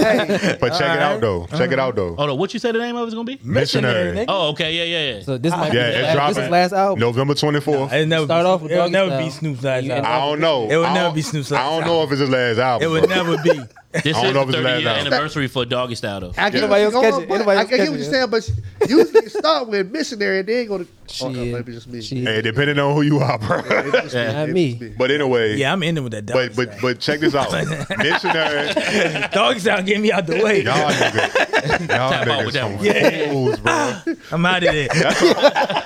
but check it Alright. out though. Check it out though. Hold on. What you say the name of it's gonna be? Missionary. Missionary, nigga. Oh, okay. Yeah, yeah, yeah. So this might Yeah, be it's the last, this dropping is last album. November 24th. It never Start be, off with it would doggy never style. be Snoop's last You- I album. don't know. It would I never don't- be Snoop's I don't last know if it's his last It album. would bro. never be. this I don't is know the if it's 30 last year album. anniversary for Doggy Style though. I get Nobody else Hold catch on, it. but Nobody I, I else get catch what it. you're saying, but usually you start with missionary and then go to. Oh, Shit. maybe just me. Shit. Hey, depending on who you are, bro. Yeah. Not Maybe me. just me. but anyway. Yeah, I'm ending with that doggy But but style. but check this out. Missionary. doggy style, get me out the way. Y'all niggas. Y'all Tap out with niggas. that some one. fools, bro. I'm out of there.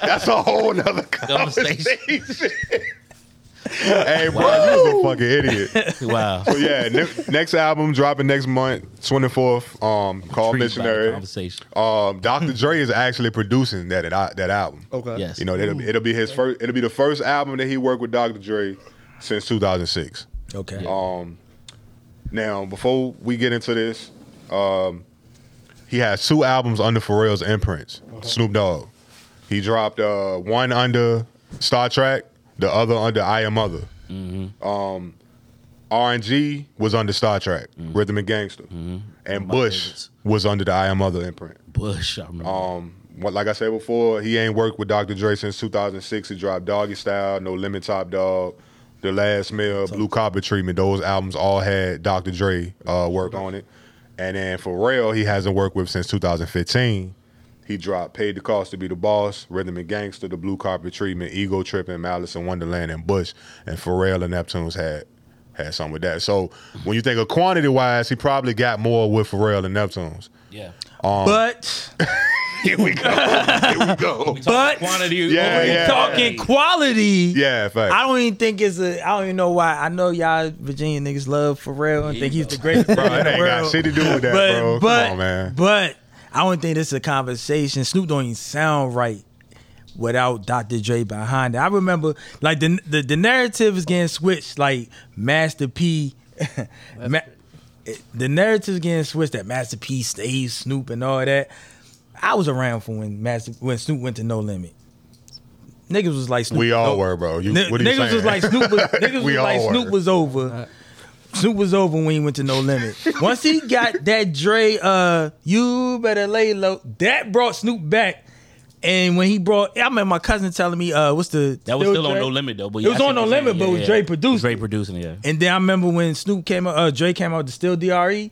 That's a whole nother Conversation. conversation. hey, bro, you was a fucking idiot. Wow. But yeah, ne- next album dropping next month, twenty fourth. Um, called Intrigued by the Missionary. Conversation. Um, Dr. Dre is actually producing that that album. Okay. Yes. You know, it'll, it'll be his first. It'll be the first album that he worked with Dr. Dre since 2006. Okay. Now, before we get into this, um, he has two albums under Pharrell's imprints. Snoop Dogg. He dropped uh, one under Star Trek, the other under I Am Mother. Um, RNG was under Star Trek, Rhythm and Gangster, and Bush favorites. was under the I Am Mother imprint. Bush. I remember. Um, what, like I said before, he ain't worked with Dr. Dre since 2006. He dropped Doggy Style, No Limit, Top Dog, The Last Meal, Blue Carpet Treatment. Those albums all had Dr. Dre uh, work on it. And then Pharrell, he hasn't worked with since 2015. He dropped Paid the Cost to Be the Boss, Rhythm and Gangster, The Blue Carpet Treatment, Ego Trip, and Malice in Wonderland and Bush. And Pharrell and Neptunes had had something with that. So when you think of quantity wise, he probably got more with Pharrell and Neptunes. yeah. but Here we go. Here we go. But Quantity. Yeah, over- yeah. talking quality. Yeah, fact. I don't even think it's a. I don't even know why. I know y'all Virginia niggas love Pharrell and think he's the greatest bro, rapper in it the ain't got world. shit to do with that, but bro. but Come on, man. but I don't think this is a conversation. Snoop don't even sound right without Dr. Dre behind it. I remember like the the, the narrative is getting switched. Like Master P. Ma- the narrative's getting switched that Master P stays Snoop and all that. I was around for when Master when Snoop went to No Limit. Niggas was like Snoop. We all no- were, bro. Oh, You, Ni- what are you niggas saying? was like Snoop was, niggas We was like all were. Snoop was over. Snoop was over when he went to No Limit. Once he got that Dre, uh, you better lay low. That brought Snoop back. And when he brought, I remember my cousin telling me, uh, what's the That was still on Dre? No Limit though. But It was I on see No what you're Limit, saying. but Yeah, was yeah. Dre produced Dre it. producing, it, yeah. And then I remember when Snoop came out, uh, Dre came out to Still DRE,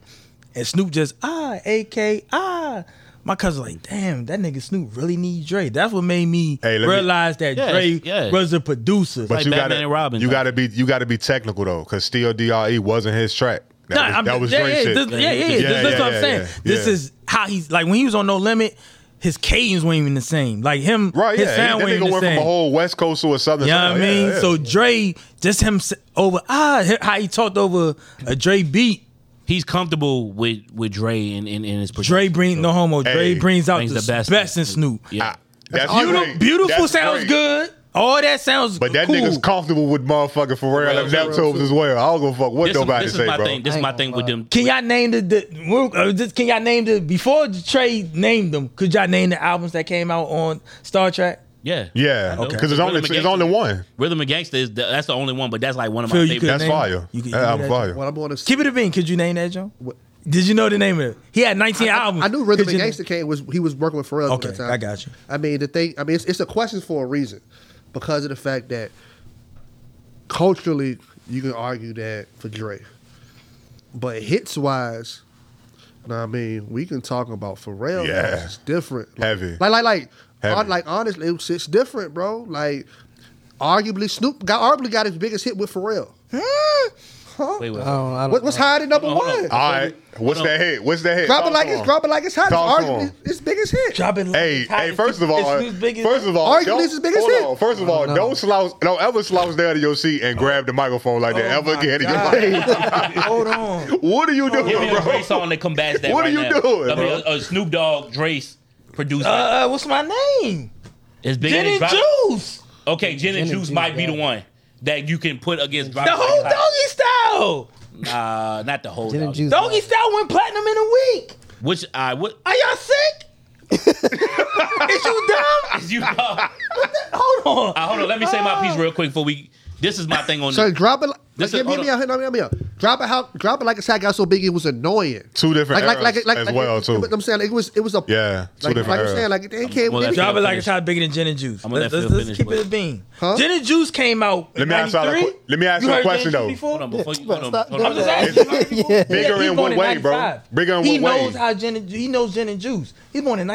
and Snoop just, ah, AK, ah. My cousin like, damn, that nigga Snoop really needs Dre. That's what made me Hey, let me- realize that Yes, Dre yes. was a producer. But like you Batman gotta, and Robin you type. gotta be, you gotta be technical though, because Steel Dre wasn't his track. That Nah, was, I'm- that was yeah, Dre yeah, shit. This, yeah, yeah, yeah. Yeah, This, that's yeah, what yeah, I'm saying. yeah, This yeah. is how he's like when he was on No Limit, his cadence wasn't even the same. Like him, Right, his yeah. sound that wasn't nigga even went the same. from a whole West Coast to a Southern. you know what I yeah, mean? yeah. So Dre, just him s- over ah, h- how he talked over a Dre beat. He's comfortable with with Dre and in, in his production. Dre bring no homo. Dre Hey, brings out brings the, the best. best, in Snoop. Yeah. that's Beautiful, great. beautiful That's sounds great. good. All that sounds But that cool. nigga's comfortable with motherfucking Pharrell and Pharrell, Neptunes as well. I don't give a fuck what This, is- nobody this say, is my bro. thing. This I is ain't my gonna thing with lie. them. Can y'all name the, the uh, just, can y'all name the before Trey named them? Could y'all name the albums that came out on Star Trek? Yeah. Yeah, I know. because it's only Rhythm and it's only Gangsta- one. Rhythm and Gangsta is the, that's the only one, but that's like one of my Phil, favorite. you could- That's name- fire. you can- you That can album do that fire. What I'm going to Keep it a bean. Could you name that, Joe? Did you know the name of it? He had 19 albums. I knew Rhythm Could and you- Gangsta came was he was working with Pharrell. at Okay, that time. I got you. I mean the thing. I mean it's, it's a question for a reason, because of the fact that culturally you can argue that for Dre, but hits wise, know what I mean we can talk about Pharrell. Yeah. It's different. Like, Heavy. Like like like Heavy. hon- like honestly, it's, it's different, bro. Like arguably Snoop got arguably got his biggest hit with Pharrell. Wait, wait, I don't, I don't What, what's higher than number Hold on, hold on. one? All right, Hold what's on. that hit? What's that hit? Drop it Talk like to it's him. drop it like it's hot. It's Talk to arguably him. his biggest hit. Drop it. like Hey, it's hot. hey! It's First of Snoop's all, uh, biggest- first of all, Arguably don't- his biggest hold hit. on. First of all, don't slouch, don't ever slouch down to your seat and grab the microphone like that Oh ever my again. in your God. life. Hold on. What are you doing, Give me a bro? Dre song that combats that. What are right you now. doing, I mean, bro? a, a Snoop Dogg, Dre's producer. Uh, what's my name? it's big Gin and Drop- Juice. Okay, Gin and Gin and Juice might Juice, be the yeah. one that you can put against. Drop The It Like whole It's Hot. doggy style. Nah, not the whole Gin and dog. Juice. Doggy style went platinum in a week. Which I would. Are y'all sick? Is you dumb? You uh, Hold on. hold on. Let me say my piece real quick before we. This is my thing on. So drop it. Like, Mm. This like, is- hear hold me out. Hear me out. hear me out. Drop it. How drop it like a sack got so big it was annoying. Two different like, eras as well, it- too. it- I'm saying like, it was it was a Yeah, two Like, different like I'm eras. saying like they came. Well, they- that's- Drop it Phil like finish. it's hot bigger than Gin and Juice. I'ma let Let's, let's, Phil let's finish, keep but- it a bean. Huh? Gin and Juice came out. Let me ask y'all a y'all. que- let me ask you a question, though. Hold on, before you, hold on, Stop hold on. I'm just asking. Bigger he in born what way, bro? 95. Bigger in he what way? knows how gin and, he knows gin and juice. He's born in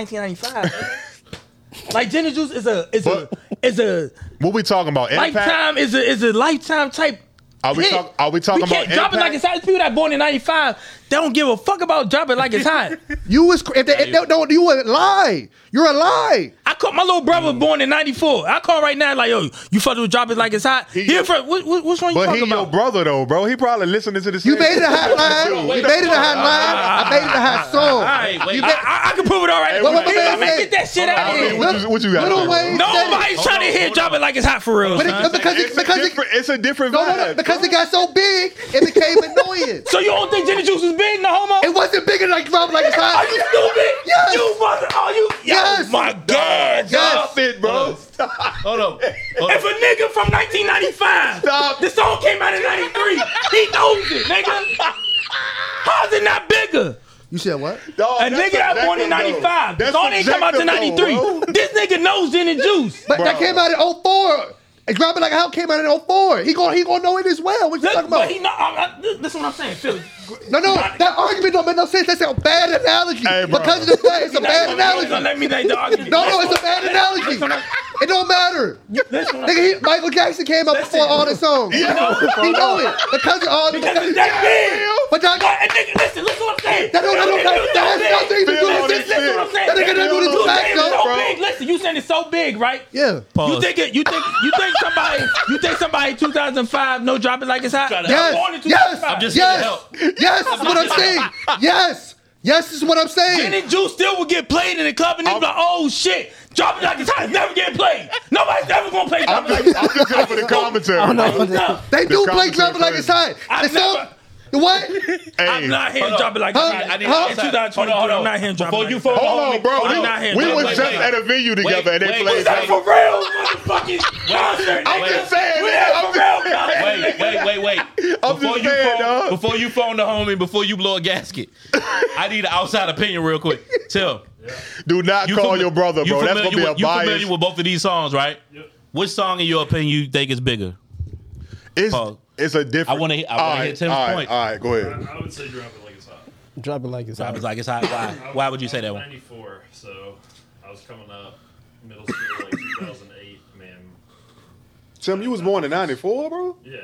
1995. like gin and juice is a is But- a is a What we talking about? Impact? lifetime is a is a lifetime type. Are we hit. talk- are we talking can't about drop it like impact? it's hot? It's People that born in '95, they don't give a fuck about drop it like it's hot. You was cr- if they, if they don't you a lie. You're a lie. I call my little brother Mm. born in '94. I call right now like yo, you fucking with drop it like it's hot. He, your- from what, what, what's wrong you But he talking about? your brother though, bro. He probably listening to this. You made it a hot line. You made it a hot line. I made it a hot song. Wait, wait. You I, made- I, I can prove it all right. Hey, now. what- what Let's man said? get that shit out of I mean, here. what you- what you got Little to say, Wayne bro? said it. Nobody's trying to hear hold drop it like it's hot for real. But son. it- because it, It's a because it, different. It's a different no, no, no, vibe. because it got so big, it became annoying. So you don't think Jenny Juice is big, no homo? It wasn't bigger like drop it like it's hot. Are you stupid? Yes. You mother? Are you? Yes. Oh my Yes. God! Stop it, bro. Hold on. Hold If on. a nigga from 1995, Stop. the song came out in '93, he knows it, nigga. How's it not bigger? You said what? Dog, A that's nigga that born in subjective, though. '95, the That's song didn't come out to subjective, though, '93. bro. This nigga knows Gin and Juice. But that Bro. came out in 04. And Drop It Like a Hot came out in 04. He gonna, he gonna know it as well. What you Look, talking but about? he know. I, I, this, this is what I'm saying, Phil. no, no, that argument don't make no sense. That's a bad analogy. Hey, bro. because of the fact, it's a bad Don't analogy. let me make the argument. No, no, it's a bad analogy. It don't matter. Listen, Nigga, he, Michael Jackson came out before all the songs. He know it because of all the. Because it's that big. But that, What? And nigga, listen, listen what I'm saying. that, don't, that, don't, that, that has nothing to do with this. Listen what I'm saying. That ain't got nothing to do with this You saying fact, it's though, so bro. big. Listen, you saying it's so big, right? Yeah. You think it? You think? You think somebody? You think somebody? 2005, no dropping like it's hot. Tryna Yeah. help. born Yes. in Yes. 2005. I'm just here to yes. help. Yes. Is what I'm saying. Yes. Yes is what I'm And saying. then Juice still would get played in the club, and they be like, "Oh shit, dropping like it's hot is never getting played. Nobody's ever gonna play dropping like it's hot." I'm just here for the commentary. No, They do The play clubbing commentary like it's hot. I've It's not. What? Hey, I'm not here on. dropping like it's Huh? hot. I need Huh? outside- In 2023, hold on, hold I'm on. not hearing Before dropping you like phone Hold me- on, bro. hold We- on. not here. we Wait, was wait, just wait. at a venue together, and they wait, played. wait, Is that Exactly. for real motherfucking concert? I'm nigga? just saying, We nigga, there I'm for just real saying. concert, Wait, nigga. wait, wait, wait. I'm before, just you saying, phone, dog. before you phone the homie, before you blow a gasket, I need an outside opinion real quick. Tell Do not call fami- your brother, you bro. That's familiar gonna be a with- You bias. familiar with both of these songs, right? Which song, in your opinion, you think is bigger? it's, Pause. it's a different. I wanna hear- I wanna All hear Tim's all right, point. All right, go ahead. I would say drop it like it's hot. Drop it like it's I hot. was like, it's hot. Why? Why would you say that one? 94, so I was coming up middle school, like 2008, man. Tim, you was born in '94, bro. Yeah.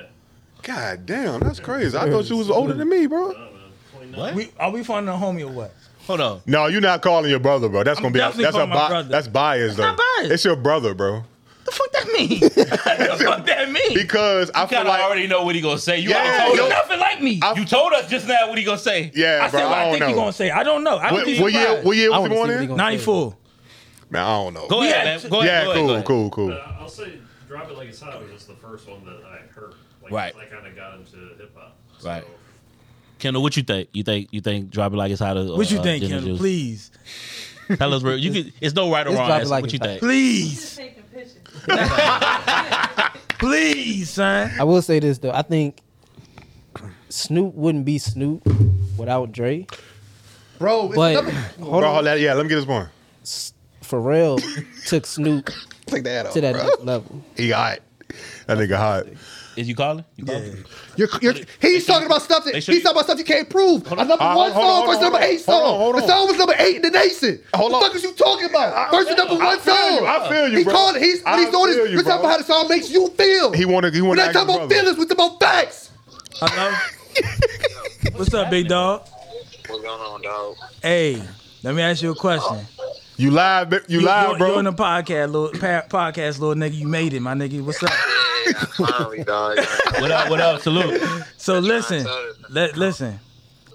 God damn, that's crazy. I thought you was older than me, bro. I don't know. 29. What? We are we finding a homie or what? Hold on. No, you're not calling your brother, bro. That's gonna be a, definitely that's a calling my bi- brother. that's bias though. not biased. It's your brother, bro. The fuck that mean? the fuck that mean? Because I feel Kind of like already know what he gonna say. You Yeah, already yo- told us. Nothing like me. I- You told us just now what he gonna say. yeah, I bro. said what I, don't think you know. gonna say. I don't know. I don't What, think what year? What year I was he wanna see born what he in? gonna- Ninety four. Man, I don't know. Go Yeah, ahead, man. Go ahead. yeah, go ahead, cool, go ahead. cool, cool, Uh, I'll say drop it like it's hot was the first one that I heard. Like, Right. I kind of got into hip hop. Right. Kendall, what you think? You think you think drop it like it's hot? Or, What you uh, think, Ginger Kendall? Juice? Please, Tell us, real. You can. It's no right or Let's wrong. drop it answer. like what you it's hot. think? please, please, son. I will say this though. I think Snoop wouldn't be Snoop without Dre. Bro, it's But never- hold Bro, on, hold that. Yeah, let me get this one. Pharrell took Snoop Take that out, to that bro. next level. He hot. That nigga hot. Is you calling? You calling? You're, you're, he's talking about stuff that they he's should- talking about stuff you can't prove. A number Uh, one hold on, song hold versus on, number hold on. eight song. Hold on, hold The on. song was number eight in the nation. what Hold the on. fuck is you talking about? Versus number I one feel song. you, I feel you, He bro. called it. He's, I when he's doing feel this. you, We're talking bro. about how the song makes you feel. He wanna- he wanna We're not act talking his about brother. feelings. We're talking about facts. Hello. What's up, big dog? What's going on, dog? Hey, let me ask you a question. You live, bi- you, You- live, you, bro. You in the podcast, little pa- podcast, little nigga. You made it, my nigga. What's up? Yeah, finally, dog. What up? What up? Salute. So listen, let listen.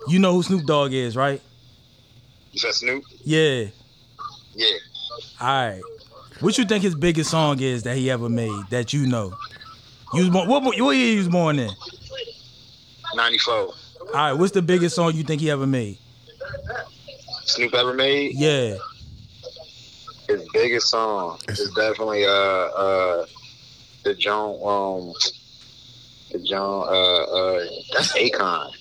You know who Snoop Dogg is, right? You said Snoop? Yeah. Yeah. All right. What you think his biggest song is that he ever made that you know? You was born. What, what year you was born in? 94. All right. What's the biggest song you think he ever made? Snoop ever made? Yeah. His biggest song is definitely uh uh the John um the John uh uh that's Akon.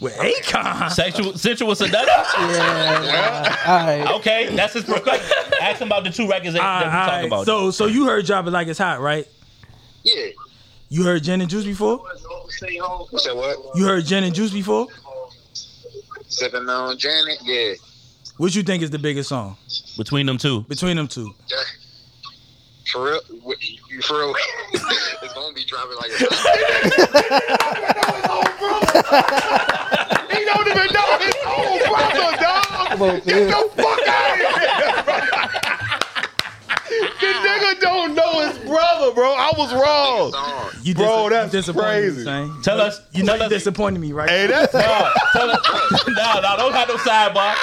With Akon. Sexual, sensual seduction. All right. Okay, that's his perspective. Ask him about the two records that, All that we right, all talking right. about. So so you heard "Drop It Like It's Hot," right? Yeah. You heard Jen and Juice before? You said what? You heard Jen and Juice before? Sipping on Janet? Yeah. What you think is the biggest song between them two, between them two? That- For real, Wh- you for real, it's gonna be dropping like a. Hot. he don't even know his own brother, dog. Get the fuck out of here, bro. The nigga don't know his brother, bro. I was wrong. song. You Bro, that's disappointed me, crazy. son. tell us. You know tell you us. disappointed me, right? Hey, that's Nah, tell us. Nah, nah, don't have no sidebar.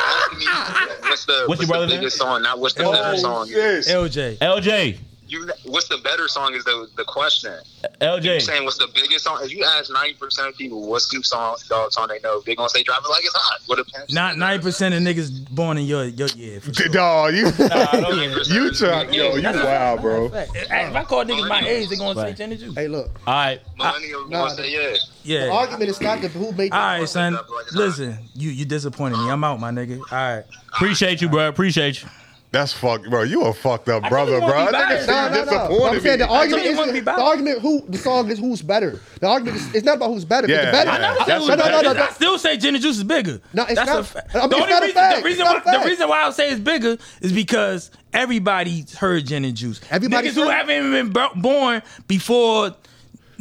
What's the What's what's, your the brother name? biggest song? Not what's the better oh, song. shit. LJ. LJ, You what's the better song is the the question. I'm LJ. saying what's the biggest song? If you ask ninety percent of people what Snoop song dog song they know, they gonna say "Drop It Like It's Hot." What a pimp. Not ninety percent of niggas born in your your year. For sure. Dog, you, Nah, don't- you try, yo, you wild, bro. If I call niggas my age, they gonna Right. say Jen and Juice. Hey, look. All right, Millennials Nah, gonna say yeah. Yeah. The All argument is not the who made. the- right, son. Listen, you you disappointed me. I'm out, my nigga. All right. appreciate you, bro. Appreciate you. That's fuck, bro. You a fucked up brother, wanna bro. be That biased. nigga No, seemed no, no. I'm disappointed saying the argument I me. told you it is wouldn't be the bad. argument who the song is who's better. The argument is it's not about who's better. Yeah, It's better. I never said No, who's no, no, better. no, I no. still say gin and juice is bigger. No, it's That's not- a fa- I mean, the it's only not a reason, fact. The reason, It's not a why, fact. the reason why I would say it's bigger is because everybody's heard gin and juice. Everybody's Niggas who heard- haven't even been bro- born before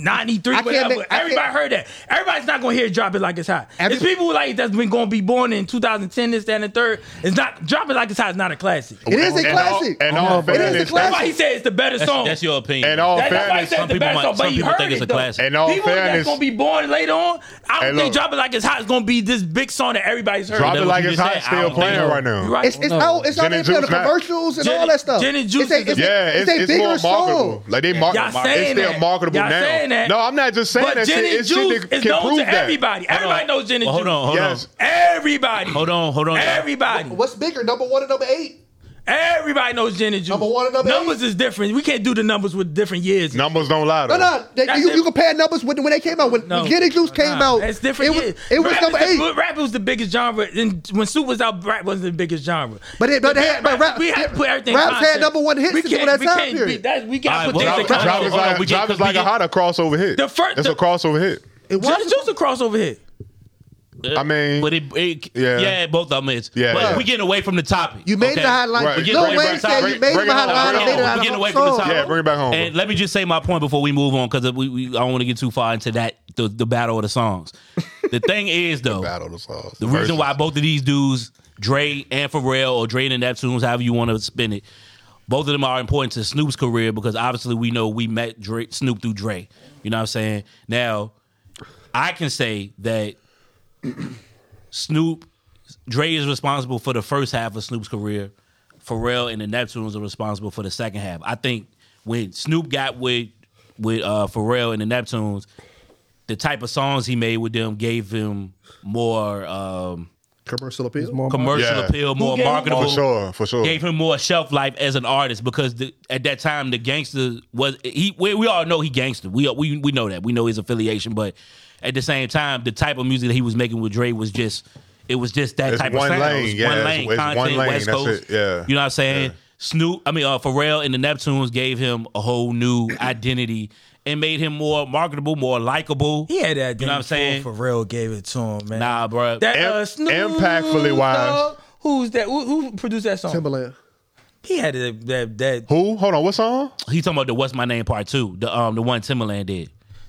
93, I can't whatever. make- I can't- Everybody heard that. Everybody's not gonna hear drop it like it's hot. Every- it's people who like that's been gonna be born in 2010, this, that, and the third. It's not drop it like it's hot is not a classic. It is a And all- classic. and all it is a fairness, That's why he classic. said it's the better That's, song. that's your opinion. In all That's why I fairness, said some the people best might- song, some but you people heard think it it's a though. classic. In all people fairness- that's gonna be born later on, I don't Hey, think look. drop it like it's hot is gonna be this big song that everybody's heard. Drop That's it what like you it's just hot, said. I still don't playing think- right now. You're right. It's it's No. out. It's out Gin there and for the Juice, man. commercials and Gin- all that stuff. Gin and It's Juice a- is a- a- Yeah, it's, a it's, more bigger song. marketable. Like they market, Y'all saying it's still that. marketable Y'all now. saying that. No, I'm not just saying but that. Gin shit. and It's shit Juice that is can known prove to that. everybody. Everybody knows Gin and Well, hold Juice. on, hold Yes. on, Everybody. hold on, hold on. y'all. Everybody. What's bigger, number one or number eight? Everybody knows Gin and Juice. Number one and number numbers is different. We can't do the numbers with different years. Numbers don't lie. No, though. no. they- That's you, it. you compare numbers when, when they came out. When, No. when Gin and Juice came Nah, out, It's different. It was, years. it was Rap number is the- eight. rap was the biggest genre. And when Snoop was out, rap wasn't the biggest genre. But it- but they had- but rap- we had to put everything. raps in context. had number one hits We during can't- that we time can't period. beat- that's- We All right, got to put well, things in Hold on, Drop, drop is hold on, like, we get- drop is we like a get- hotter crossover hit. The first- It's a the- crossover hit. It Gin and was. Juice a crossover hit. I mean, But it, it yeah. Yeah. both of them is. Yeah, but yeah. we getting away from the topic. You made okay? the highlight. Right. We're No getting- Wayne said bring- you made bring him a it home, hotline. bring and it made it home. out We're of getting a away from the song. topic. yeah, bring it back home. And bro. let me just say my point before we move on, because we, we I don't want to get too far into that the, the battle of the songs. The thing is though, Battle the songs. the reason why both of these dudes, Dre and Pharrell, or Dre and Neptunes, however you want to spin it, both of them are important to Snoop's career because obviously we know we met Dre, Snoop through Dre. You know what I'm saying? Now, I can say that Snoop, Dre is responsible for the first half of Snoop's career. Pharrell and the Neptunes are responsible for the second half. I think when Snoop got with with uh, Pharrell and the Neptunes, the type of songs he made with them gave him more um, Commercial appeal. More commercial Yeah. appeal, more gave him- marketable. For sure, for sure. Gave him more shelf life as an artist because the, at that time the gangster was he. We, we all know he gangster. We we we know that. We know his affiliation, but at the same time, the type of music that he was making with Dre was just it was just that It's type one of sound. lane, It was yeah, one it's- lane it's one content, lane, West that's Coast. it, yeah. you know what I'm saying. Yeah. Snoop, I mean uh, Pharrell and the Neptunes gave him a whole new identity and made him more marketable, more likable. He had that. You know what I'm saying? Pharrell gave it to him, man. Nah, bro. That Im- uh, Snoop impactfully Dogg, wise. Who's that? Who, who produced that song? Timberland. He had that that. that Who? Hold on. What song? He talking about the What's My Name Part Two, the um the one Timberland did.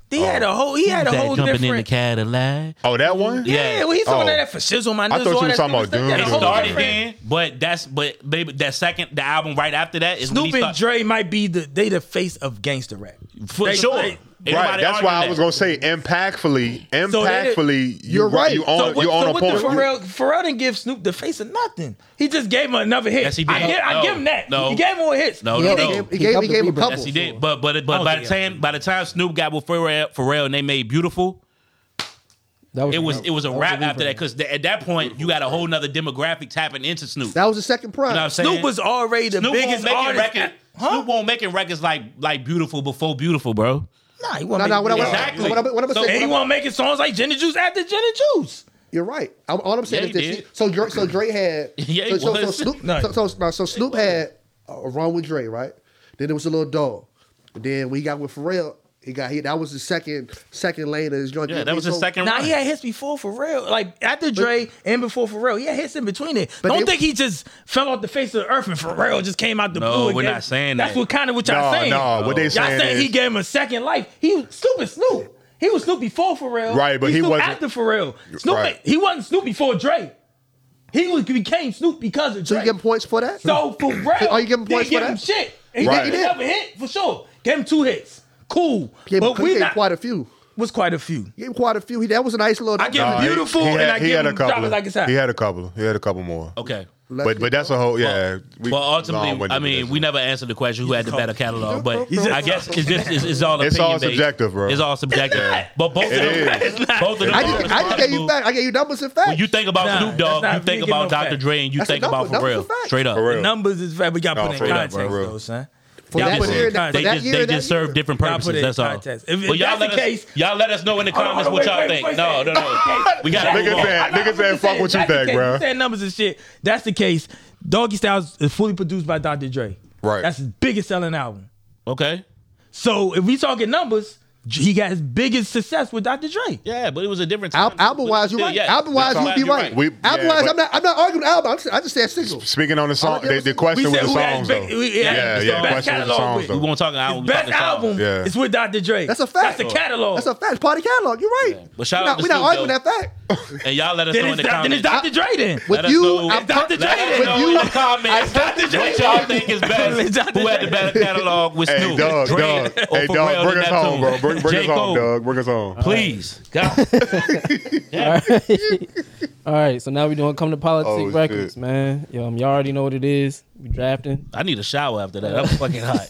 he had a whole. He had a that whole jumping different. in the Cadillac. Oh, that one. yeah, Yeah. well, he's talking Oh. about that for shizzle. My I Nizzle, thought you all was that talking stupid about stuff. He had a It Dude. whole started different- then, but that's but baby that second the album right after that is when Snoop he and start- Dre might be the they the face of gangster rap. for they- sure. they- Ain't Right. nobody That's why I arguing was that. gonna say impactfully. they- Impactfully, You're right. You on. what, Oh, you on a what the point. Pharrell, Pharrell didn't give Snoop the face of nothing. He just gave him another hit. Yes, he did. I, give, I No, give him that. no. he gave him more hits. No, He no, didn't- no. He gave, he gave him a couple. Yes, he did. But but but don't by the think time by the time Snoop got with Pharrell, Pharrell and they made beautiful, That was it was it was a that wrap after rebrand. that because at that point you got a whole nother demographic tapping into Snoop. That was the second You know what I'm prize. saying? Snoop was already the Snoop biggest won't making artist. record- Snoop won't making records like like beautiful before beautiful, bro. Nah, he wasn't No, no, what I- making what I- Exactly. what I- what I'm So- And he saying, what I'm- wasn't making songs like Jenna Juice after Jenna Juice. you're right. I'm, all I'm saying Yeah, is he this. did. So Dre, so Dre had, Yeah, he so, so, so was. Snoop, No. so, so, so Snoop had a run with Dre, right? Then it was a little dog. And then when he got with Pharrell, he got hit. That was the second second lane of his joint. Yeah, that was So- his second. Nah, run. he had hits before for real. Like after Dre and before for real, he had hits in between it. But Don't they- think he just fell off the face of the earth and for real just came out the No, blue. and we're gave- not saying That's that. what kind of what y'all No, saying. no. What they Y'all saying saying he is gave him a second life. He was stupid Snoop. He was Snoop before Pharrell. Right, but He's he Snoop wasn't- after Pharrell. Snoop, Right. he wasn't Snoop before Dre. He was became Snoop because of So Dre. you getting points for that? So for real, Are you giving points didn't give for him that? shit. He Right. didn't have a hit for sure. Gave him two hits. Cool, yeah, but we gave not quite a few. was quite a few. He gave quite a few. He, that was a nice little. I give Nah, he- beautiful he had- and I he give had a him drop couple. it like it's hot. He had a couple. He had a couple more. okay. But but that's a whole yeah. we- Well, ultimately, long-winded I with mean, this we one. never answered the question who had the better catalog, but He's just- I guess it's just it's, it's all It's all opinion based. subjective, bro. It's all subjective. not. But both of It them, is. both of them. I are just, I just gave you responsible. back. I gave you numbers and facts. When you think about Nah, Snoop that's Dogg, not- you we think ain't getting about no Dr. facts. Dre, and you That's think a about number. for Numbers real, are facts. straight up. For real. Numbers is fact. We got to No, put for in real, context, for real. though, son. for y'all that, put it year, in that, They context. for that just year, they that just year. serve different Y'all put purposes. it in That's all. context. If- if Well, y'all that's the let us case- y'all let us know in the Hold on, comments hold what on, y'all wait, wait, think. wait, No, wait. no, no. We got to That's move the case. Nigga on. said- I know nigga what said you fuck what you That's the think, case. bruh. You Saying numbers and shit. That's the case. Doggy Styles is fully produced by Dr. Dre. Right. That's his biggest selling album. Okay. So if we talking numbers, he got his biggest success with Dr. Dre. Yeah, but it was a different time. Al- album wise, you're right. album wise, That's you'd be all. right. We- album yeah, wise, but- I'm not. I'm not arguing with album. I'm just, I just said single. Speaking on the I song, the, like the that question We was said the who had his songs though. big- we- yeah, yeah, it's yeah. the best Question was the catalog songs with- We though. won't talk His album. best album Yeah. is with Dr. Dre. That's a fact. That's a catalog. That's a fact. It's part of the catalog. You're right. But shout we're out not, to we're not Snoop, arguing though. that fact. And y'all let us Then know in it's, the Dr. then it's comments. Dr. Dre then. Let With us you, know. I'm Dr. per- Dre Let us With know you- in the comments what y'all think is best. Dr. Who had the Dre. best catalog with Hey Snoop? Doug, Dre Doug, Oh, or hey Pharrell Doug, bring and us home, bro. Neptune? Bring, bring us J. home, Cole, Doug. Bring us home. Please, God. All right, so now we doing come to Oh, politics shit. records, man. Yo, um, y'all already know what it is. We drafting. I need a shower after that. I'm fucking hot.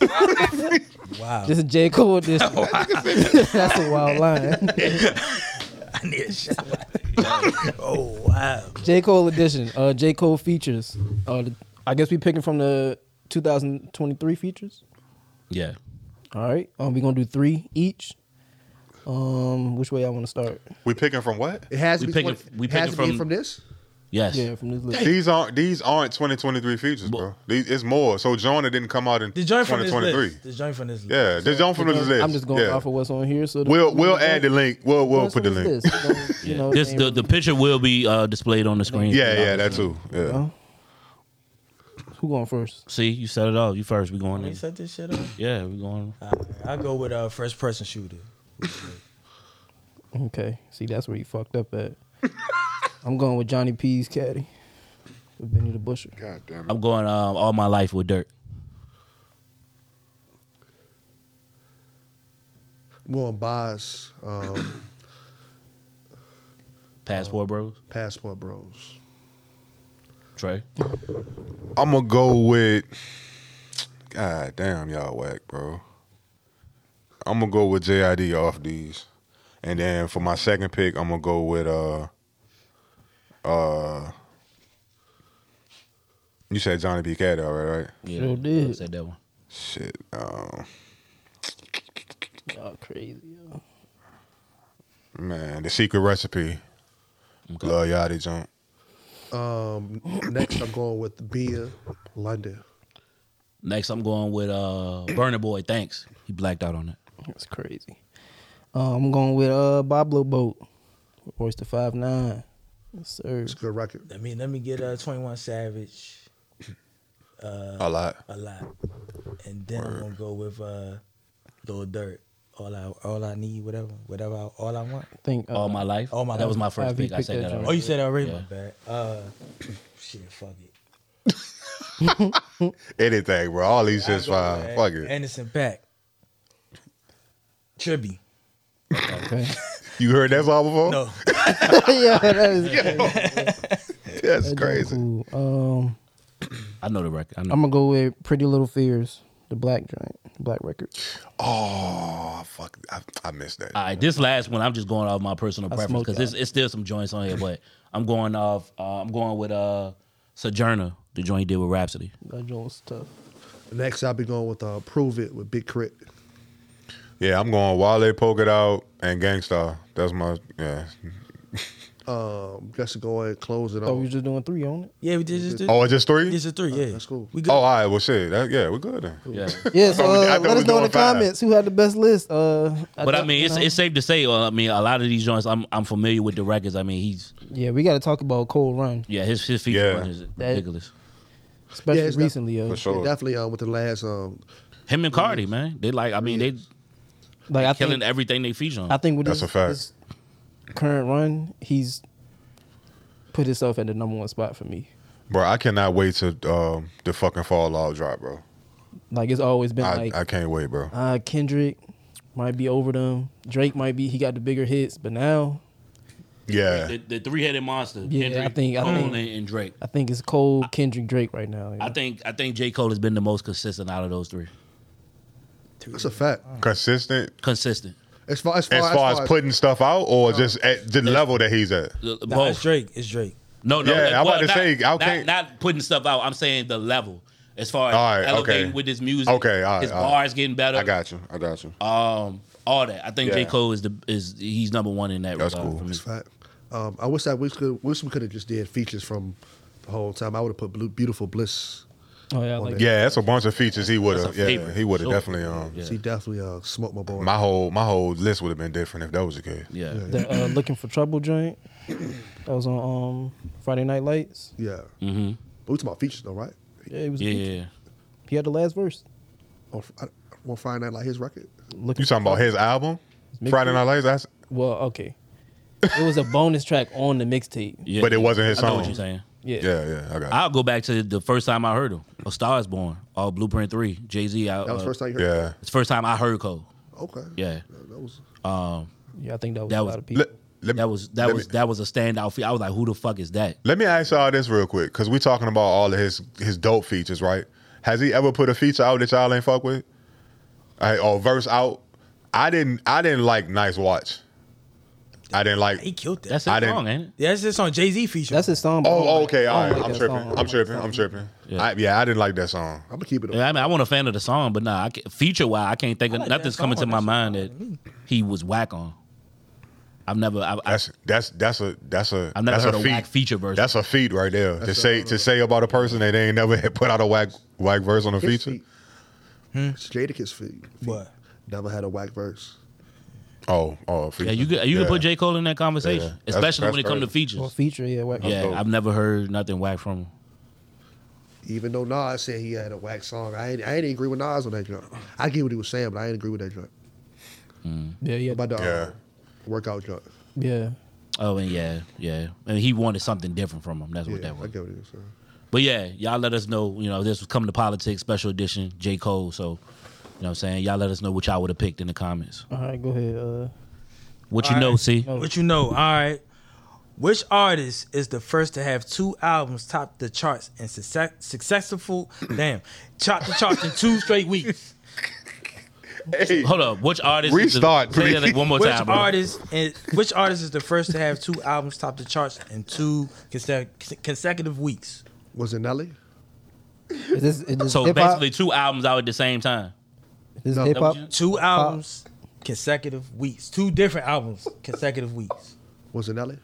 Wow. This is J Cole edition. That's a wild line. I need a shot. oh, wow. J Cole edition. Uh, J Cole features. Uh, the- I guess we picking from the 2023 features. Yeah. All right, um, we gonna do three each. Um, which way I want to start? We picking from what? It has to We be. picking- 20 we it has to picking be from- from this. Yes. Yeah, from this list. These aren't these aren't 2023 features, bro. These, it's more. So Jonah didn't come out in The joint from this 2023. list. The joint from this list. Yeah, the joint from this list. I'm just going yeah. off of what's on here. So the- We'll we'll add the link. We'll we'll What's put the on link. this list? You know- you know, This name- the, the picture will be uh, displayed on the screen. Yeah, yeah, that too. Yeah. who going first? See, you said it all. You first. We going You in. set this shit up? Yeah, we going. I go with uh, first person shooter. Okay, see that's where you fucked up at. I'm going with Johnny P's caddy, with Benny the Busher. God damn I'm going um, all my life with Dirt. I'm going Boz, um, Passport Bros. Passport Bros. Trey. I'm gonna go with. God damn, y'all whack, bro. I'm gonna go with JID off these, and then for my second pick, I'm gonna go with uh, uh. You said Johnny B. Cat, all right, right? Yeah, Sure did. I Said that one. Shit, um, Y'all crazy. Yo. man, the secret recipe. Okay. Love Yachty jump. Um, next, I'm going with Bia London. Next, I'm going with uh, Burner Boy. Thanks. He blacked out on it. That's crazy. Uh, I'm going with uh Boblo Boat, Royce the Five Nine. Yes, sir. It's a good record. Let me let me get uh, 21 Savage A lot. a lot. And then I'm gonna go with uh Lil Dirt. All I all I need, whatever, whatever I, all I want. Think uh, all my life. All My That was Life. my Ivy first pick. I picked said that that. joint. Oh, already. you said that already? Yeah. My bad. Uh shit, fuck it. Anything, bro. All these shits I'll go fine. with Fuck it. Anderson Pack. Tribby. Okay. You heard that song before? No. yeah, that is that That's joint crazy. Cool. Um, I know the record. I know. I'm gonna go with Pretty Little Fears, the Black joint, Black record. Oh, fuck. I, I missed that. all right, this last one, I'm just going off my personal I preference smoked because it's, it's still some joints on here, but I'm going off. Uh, I'm going with uh, Sojourner, the joint he did with Rhapsody. That joint was tough. Oh. Next, I'll be going with uh, Prove It with Big Crit. Yeah, I'm going Wale Poke It Out and Gangstar. That's my yeah. Um, just to go ahead and close it Thought we off. was just doing three on it. Yeah, we did just did. Oh, it's just three? It's a three, yeah. That's cool. We oh, good. all right. Well, shit. That, yeah, we're good then. Yeah. Yeah, so I uh, thought we let was us know in the doing five. comments who had the best list. Uh, But I thought, mean, you it's, know. it's safe to say. Uh, I mean, a lot of these joints, I'm I'm familiar with the records. I mean, he's yeah, we got to talk about Cold Run, yeah, his his feature Yeah. run is ridiculous. especially Yeah, it's def- recently. Yo. For Yeah, sure. definitely um, with the last um, Him and Cardi, man, they like. I mean, they Like I killing think, everything they feature on. I think with That's this, a fact. this current run, he's put himself at the number one spot for me. Bro, I cannot wait to um, the fucking Fall All drop, bro. Like it's always been I, like I can't wait, bro. uh, Kendrick might be over them, Drake might be he got the bigger hits, but now Yeah. the, the three headed monster. Yeah, Kendrick, I think- I Cole, think- and, and Drake. I think it's Cole, Kendrick, Drake right now. I think I think J Cole has been the most consistent out of those three. that's a fact. Consistent Consistent. As far Oh, as far as far as putting stuff out or just at the level that he's at. The- Nah, uh, both. it's Drake. It's Drake. No, no. Yeah, like, I'm about to not- say, I not, can't- Oh, not putting stuff out. I'm saying the level as far as All right, elevating okay. with his music. Okay, all right, his all right. bars getting better. I got you. I got you. um all that. I think J Yeah. Cole is the is he's number one in that. That's regard cool. for me. fact. Um, I wish that we could wish we could have just did features from the whole time. I would have put Blue, "Beautiful Bliss." Oh yeah, I like Yeah, that's a bunch of features he would have. That's a Yeah, favorite, he would have sure. definitely. Um, Yeah. She definitely uh, smoked my boy. my whole my whole list would have been different if that was the case. Yeah. the uh, looking for trouble joint. That was on um, Friday Night Lights. yeah, Mm-hmm. but we talking about features though, right? Yeah, it was. Yeah, yeah. He had the last verse. On, I, on Friday night, like his record. Looking You talking about his album, Mixtape? Friday Night Lights? That's, Well, okay. It was a bonus track on the mixtape. yeah. But it wasn't his I know what song. you're saying. Yeah. yeah, yeah. I got. It. I'll go back to the first time I heard him. A Star is Born, all Blueprint 3, Jay Z. That Uh, was the first time you heard. Yeah. uh, It's the first time I heard Cole. Okay. Yeah. That was Yeah, I think that was That a was- lot of people. Let, let, That was that let was Me, that was a standout feat. I was like, who the fuck is that? let me ask y'all this real quick, because we talking about all of his his dope features, right? Has he ever put a feature out that y'all ain't fuck with? All right, or verse out? I didn't. I didn't like Nice Watch. I didn't like. He killed that. That's That's, his I didn't- song, ain't it? yeah, that's just on Jay Z feature. That's his song. but I don't Oh, like- okay. I All don't right. like I'm that tripping. song. I don't I'm like tripping. that I'm song. tripping. I, yeah, I didn't like that song. I'm gonna keep it. Yeah, I mean, I wasn't a fan of the song, but nah, I can't, feature-wise, I can't think of like that nothing's coming to song. my That mind shit that he was whack on. I've never, I've, I've, That's that's that's a that's a I've never that's heard a a feat. whack feature version. That's a feat right there. to say to say about a person that they ain't never had put out a whack whack verse on a His feature. feet. Straight to his feet. Hmm? What? Never had a whack verse. Oh, oh, a yeah, feature. you could, you Yeah. can put J Cole in that conversation, Yeah. That's- especially that's when it comes to crazy. features. Well, feature, yeah. Whack. yeah, dope. I've never heard nothing whack from him. Even though Nas said he had a whack song, I ain't, I ain't agree with Nas on that joint. I get what he was saying, but I ain't agree with that joint. Yeah, yeah, About the uh, Yeah. workout joint. yeah. Oh, and yeah, yeah, and he wanted something different from him. That's Yeah, what that I was. get what he was saying. But yeah, y'all let us know. You know, this was coming to politics special edition, J Cole. So, you know, what I'm saying y'all let us know what y'all would have picked in the comments. All right, go ahead. Uh, What you know, see? What you know? All right. Which artist is the first to have two albums top the charts and success, successful? damn, top the charts in two straight weeks. Hey, Hold up, which artist? is the- Restart, say please. that one more Which time. bro. artist? And which artist is the first to have two albums top the charts in two conse- consecutive weeks? Was it Nelly? is this, is this So hip hop? basically, two albums out at the same time. This No. hip hop. Two albums, consecutive weeks. Two different albums, consecutive weeks. Was it Nelly?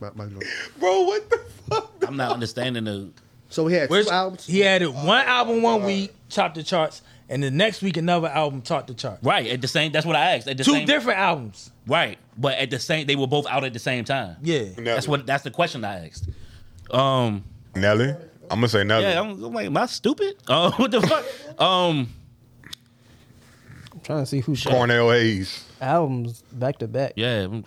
My, my joint. bro, what the fuck? I'm not understanding the. So he had Which two albums. he added one album one week, topped the charts, and the next week another album topped the charts. Right at the same. That's what I asked. At the Two same. different albums. Right, but at the same, they were both out at the same time. Yeah. That's what. That's the question I asked. Um. Nelly. I'm gonna say Nelly. Yeah. I'm, I'm like, am I stupid? Uh, what the fuck? Um. I'm trying to see who shot Cornell Hayes. albums back to back. Yeah. I'm-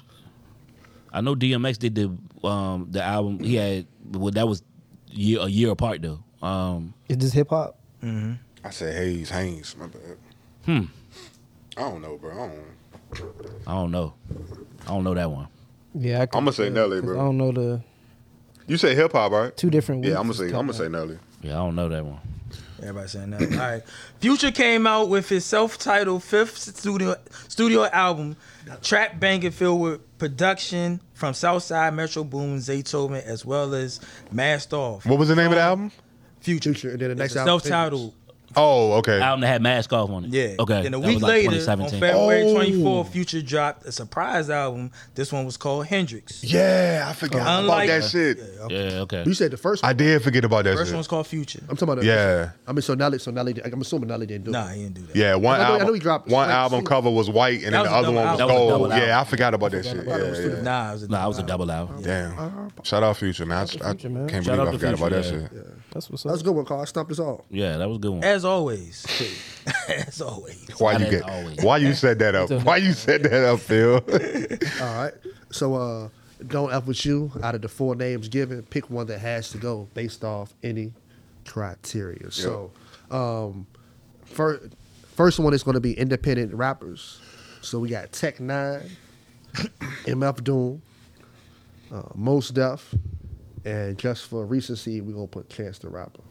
I know DMX did the um the album. He had well that was year, a year apart though. Um. Is this hip hop? I said Hayes, Haynes. My bad. Hmm. I don't know, bro. I don't. I don't know. I don't know that one. Yeah, I could, I'ma say uh, Nelly, 'cause bro. I don't know the You say hip hop, right? two different. Yeah, weeks I'm gonna is say. I'm coming gonna say up. Nelly. Yeah, I don't know that one. Everybody saying that. All right. Future came out with his self-titled fifth studio studio album, Trap Bangin' filled with production from Southside Metro Boomin, Zaytoven, as well as Masked Off. What was the name of the album? Future. Future, and then the It's next a album. Self-titled. Oh, okay. Album that had mask off on it. Yeah. Okay. Then a that week was like later, on 2017. February Oh. 24th, Future dropped a surprise album. This one was called Hendrix. Yeah, I forgot about Unlike- that shit. yeah. Okay. You said the first one. I did forget about that First shit. one's called Future. I'm talking about the Yeah. I mean, so Nelly, so Nelly, I'm assuming Nelly didn't do Nah, it. he didn't do that. Yeah, one I know- I album. know he dropped one Slick album Slick. cover was white, and then was the a double other one was album. That was a gold. double Yeah, I album. forgot about that shit. about it. It was Yeah, yeah. Nah, it was a Nah, it was a double album. Damn. Uh, Shout out Future, man. I, I Future, man. can't Shout believe out I to forgot about that Future, shit. That's what's That was a up. good one, Carl. Stop this off. Yeah, that was a good one. As always. As always. Why Shout you out get? to always. Why you set that up? Why you set that up, Phil? All right. So, uh, don't F with you. Out of the four names given, pick one that has to go based off any criteria. So, um, first, first one is going to be independent rappers. So we got Tech Nine, MF Doom, uh, Most Def, and just for recency, we're gonna put Chance the Rapper.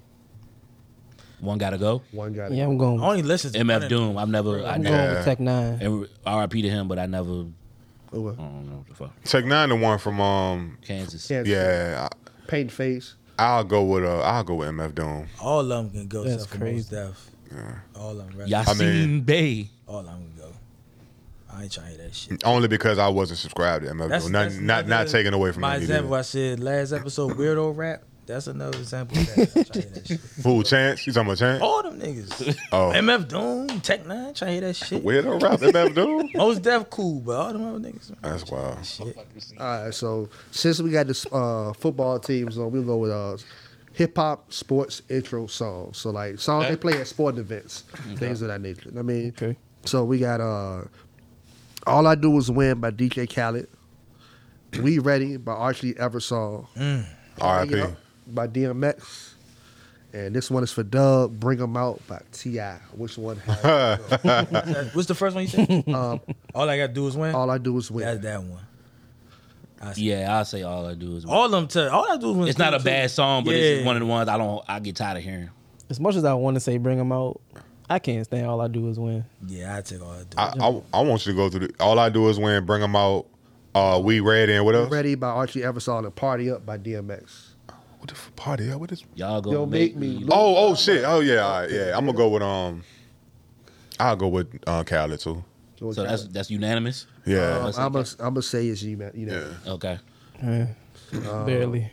One gotta go. One guy. Yeah, I'm going. I only listen to MF Doom. I've never. I I'm never. going with Tech Nine. and R.I.P. to him, but I never. I Oh, don't know what the fuck. Tech Nine, the one from um, Kansas. yeah. yeah. I, Paint face. I'll go with uh, I'll go with MF Doom. All of them can go. That's That's crazy. crazy. Stuff. All of them. Right? Yasin mean- Bey. All of them can go. I ain't trying to hear that shit. Only because I wasn't subscribed to MF Doom. Not not, not another- taken away from my that. example. I said last episode, weirdo rap. That's another example of that. I'm trying to hear that shit. Who chance? You talking about chance? All them niggas. Oh. MF Doom, Tech Nine, trying to hear that shit. Where the rap MF Doom? Most Def cool, but all them other niggas. man. That's wild. Shit. All right, so since we got this uh, football teams, on, we'll go with uh, hip hop sports intro songs. So like songs they play at sporting events, things of that nature. I mean, Okay. so we got uh, "All I Do Is Win" by DJ Khaled, "We Ready" by Archie Eversole, R.I.P. Bring It Up by DMX, and this one is for Doug. "Bring 'Em Out" by Ti. Which one? Has, What's the first one you said? all I gotta do is win. Um, all I do is win. That's that one. Yeah, I say all I do is. All them. T- all I do is win. it's not a bad song, but it's just Yeah. one of the ones I don't. I get tired of hearing. As much as I want to say bring them out, I can't stand all I do is win. Yeah, I take all I do. I, I I want you to go through. The, all I do is win. Bring them out. Uh, we red and what "We else? Ready" by Archie Eversole and "Party Up" by DMX. What the f- party? What is? Y'all go Yo, make me look- Oh oh shit. Oh yeah. all right, yeah. I'm gonna go with um. I'll go with uh, Khaled too. So that's that's unanimous. Yeah. Um, I'm gonna I'm gonna say it's you, man. You know. Okay. Uh, Barely.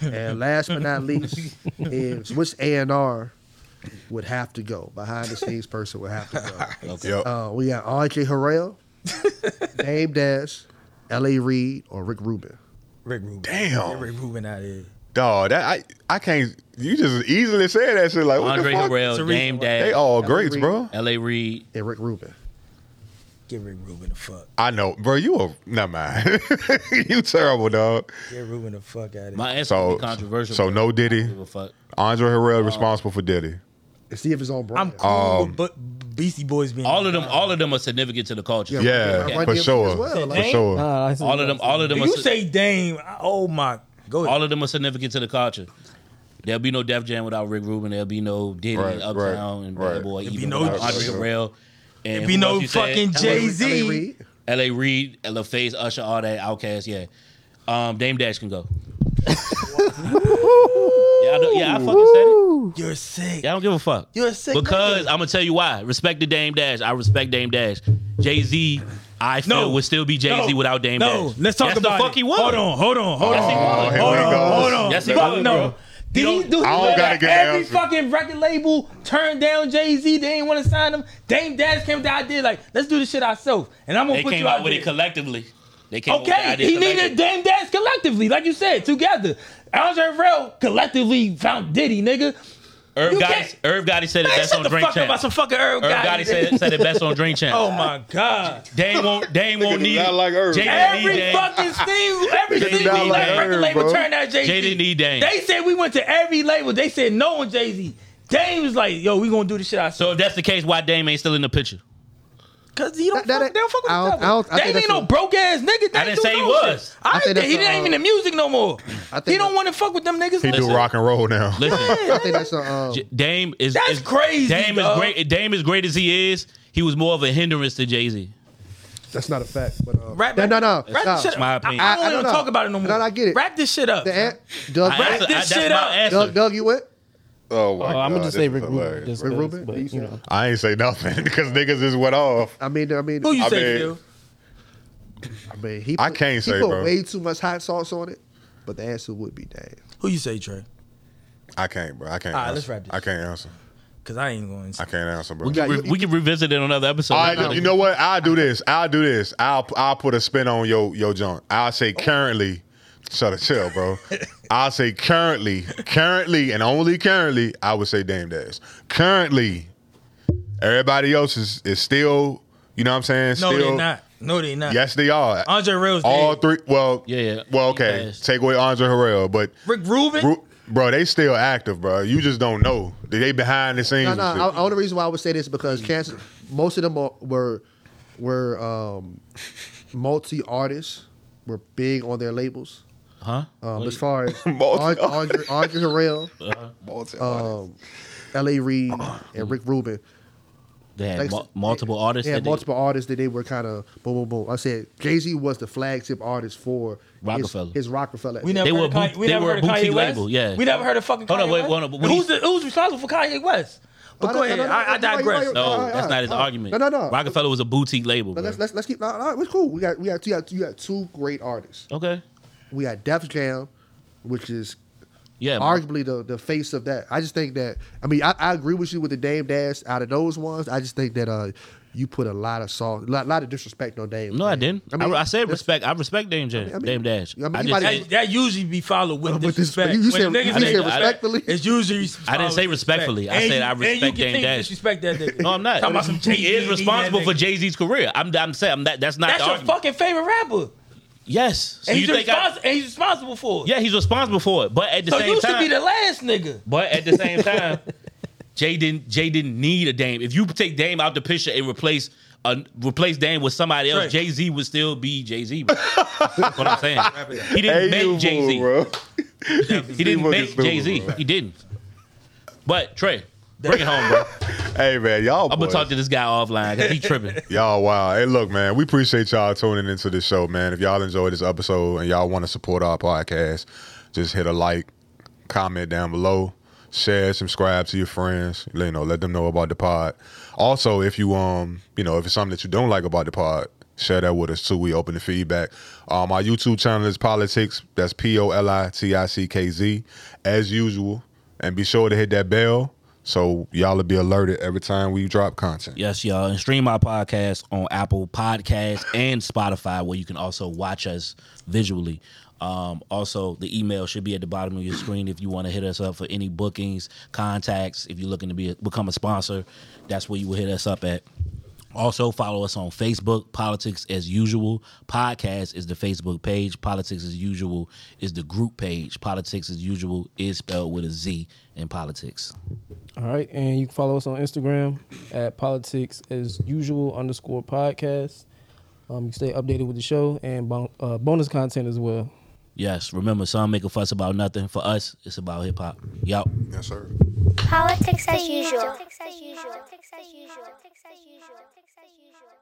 And last but not least is which A and R would have to go behind the scenes person would have to Okay. yep. go. Uh, we got R.J. Harrell, Dame Dash, L.A. Reid, or Rick Rubin. Rick Rubin. Damn. Get Rick Rubin out of here. Dog, that I I can't. You just easily say that shit like what Andre the fuck? Harrell, Teresa, Dame what- They Dash, all greats, bro. L.A. Reid. And Rick Rubin. Get Rick Rubin the fuck. I know, bro. You a not mine. you terrible, dog. Get Rubin the fuck out of here. My answer would So be controversial. So but no I Diddy. don't give a fuck. Andre Uh, Harrell responsible for Diddy. And see if it's on I'm brand. cool Um, with but Beastie Boys being All of them. All of them are significant to the culture. Yeah, Run for DMC as sure. well, For like- sure. Nah, I see- All of them. All of them. If Are, you si- say Dame, I- oh my. Go ahead. all of them are significant to the culture. There'll be no Def Jam without Rick Rubin. There'll be no Diddy Right, and Uptown right, and right. Bad Boy. There'll Even be no- without Andre Harrell. And There'll be who no else you said? fucking L.A. Jay L.A. Z. Reid. L.A. Reid, LaFace, Usher, all that, Outkast, yeah. Um, Dame Dash can go. yeah, I don't, yeah, I fucking said it. You're sick. Yeah, I don't give a fuck. You're a sick Because I'm gonna tell you why. Respect the Dame Dash. I respect Dame Dash. Jay Z, I feel No. would still be Jay Z No. without Dame No, Dash. let's talk That's about the fuck it. he was. Hold on, hold on, hold Yes, he on. was. Oh, here hold we on, go. hold on. Yes, he Fuck was, no. bro. These You don't- dudes I don't let gotta get an every answer. fucking record label turned down Jay Z. They ain't want to sign him. Dame Dash came down. I did like, let's do this shit ourselves. And I'm gonna They put came you out with there. it collectively. They came out with the Okay, idea he collectively. needed Dame Dash collectively, like you said, together. Andre Harrell collectively found Diddy, nigga. Irv You Gotti, can't- Irv Gotti said it Man, best shut on the Drink fuck up Champ. about some fucking Irv, Irv Gotti, Gotti said, nigga. said it best on Drink Champ. Oh my god. Dame won't, Dame won't Nigga do need not like Irv. Jay didn't Every need Dame. fucking thing, every They single not record like her, label bro. turned out Jay Jay Z. didn't need Dame. They said we went to every label. They said no on Jay Z. Dame was like, "Yo, we gonna do this shit ourselves." So if that's the case, why Dame ain't still in the picture? Cause he don't, That- fuck, that- they don't fuck with I the don't- I devil. don't- I think Dame ain't that's no a- broke ass nigga. They I didn't do say he those was. shit. I, I think think he that's not a- even in the music no more. I think He don't that- want to fuck with them niggas. He no do more. rock and roll now. Listen, I think that's a. Um, J- Dame is That's is- crazy, Dame dog. is great. Dame as great as he is, he was more of a hindrance to Jay Z. that's not a fact. But uh, Rap, no, no, no. Wrap no. this shit up. my opinion. I, I I- I don't don't even know. talk about it no more. No, no, I get it. Wrap this shit up. The an- Doug, I answer- I- this that's shit my up. answer. Doug, Doug, you went. Oh my Oh, god. I'm gonna this just say is Rick Rubin. hilarious. Just Rick 'cause, Rubin? but, You you said- know. I ain't say nothing because niggas just went off. I mean, I mean, Who you I say, mean- Phil? I mean, he. I put- can't he say, put bro. way too much hot sauce on it. But the answer would be Dame. Who you say, Trey? I can't, bro. I can't. All right, answer. let's wrap this. I can't answer. Cause I ain't going. I can't answer, bro. We got- Re- you- we can revisit it on another episode. All right, you know what? I'll do this. I'll do this. I'll I'll put a spin on your your junk. I'll say currently. Shut up, chill, bro. I'll say currently, currently, and only currently. I would say Dame Dash. Currently, everybody else is is still. You know what I'm saying? No, still, they not. No, they not. Yes, they are. Andre Rill's All dead. three. Well, Yeah, yeah. Well, okay. Yes. Take away Andre Harrell, but Rick Rubin. Ru- bro, they still active, bro. You just don't know. They they behind the scenes. No, and no. shit. The only reason why I would say this is because Kansas, most of them are, were were um, multi artists, were big on their labels. huh? Um, as far as Multi- Andre, Andre, Andre Harrell, Uh-huh. um, L.A. Reid, and Rick Rubin, They had like- mul- multiple artists. they that had they- multiple artists that they were kind of boom, boom, boom. I said Jay Z was the flagship artist for his- Rockefeller. His, Rockefeller. We never They heard were of a Kanye, boot- we they never were a heard of Kanye boutique West. label, yeah. We never heard of fucking Kanye Hold on, wait, West. hold on, but what who's, he- the, who's responsible for Kanye West? But No, go no, ahead. no, no, I, I no, no, digress. no, no, all right, Oh, that's all not right, his all right. argument. No, no, no. Rockefeller was a boutique label. But let's, bro. let's let's keep. All right, it's cool. We got we got you got you got two great artists. okay. We got Def Jam, which is Yeah. arguably the the face of that. I just think that I mean I, I agree with you with the Dame Dash out of those ones. I just think that uh you put a lot of salt, a lot, lot of disrespect on Dame. No, I didn't. I, I mean, I said respect. I respect Dame James, I mean- Dame Dash. I mean, I, you just- might- That, that usually be followed with, With this- disrespect. you said- When niggas you say said that, respectfully? It's usually. I didn't say followed with respectfully. I And said you- I and respect you Dame continue to Dash. disrespect that nigga. no, I'm not. Talking about some he is JD, responsible that for nigga. Jay Z's career. I'm, I'm saying I'm, that, that's not. That's the your argument. fucking favorite rapper. Yes. So And you he's, think? I, respons- and he's responsible for it. yeah, he's responsible for it, but at the so same you should time, be the last nigga. But at the same time, Jay didn't Jay didn't need a Dame. If you take Dame out the picture and replace uh, replace Dame with somebody else, Right. Jay Z would still be Jay Z. That's what I'm saying. He didn't make Jay Z. bro. He didn't make Jay Z. He didn't. But Trey, bring it home, bro. Hey man, y'all. I'm boys. gonna talk to this guy offline because he tripping. Y'all, wow. Hey, look, man, we appreciate y'all tuning into this show, man. If y'all enjoyed this episode and y'all want to support our podcast, just hit a like, comment down below, share, subscribe to your friends. You know, let them know about the pod. Also, if you um, you know, if it's something that you don't like about the pod, share that with us too. We open the feedback. Um, our YouTube channel is Politics. That's P O L I T I C K Z, as usual. And be sure to hit that bell so y'all will be alerted every time we drop content. Yes, y'all. And stream our podcast on Apple Podcasts and Spotify, where you can also watch us visually. Um, also, the email should be at the bottom of your screen if you want to hit us up for any bookings, contacts. If you're looking to be become a sponsor, that's where you will hit us up at. Also, follow us on Facebook. Politics as usual podcast is the Facebook page. Politics as usual is the group page. Politics as usual is spelled with a Z in politics. All right, and you can follow us on Instagram at politics as usual underscore podcast. Um, you can stay updated with the show and bon- uh, bonus content as well. Yes, remember, some make a fuss about nothing. For us, it's about hip hop. Yup. Yes, sir. Politics as usual. Politics as usual. Politics as usual. Politics as usual.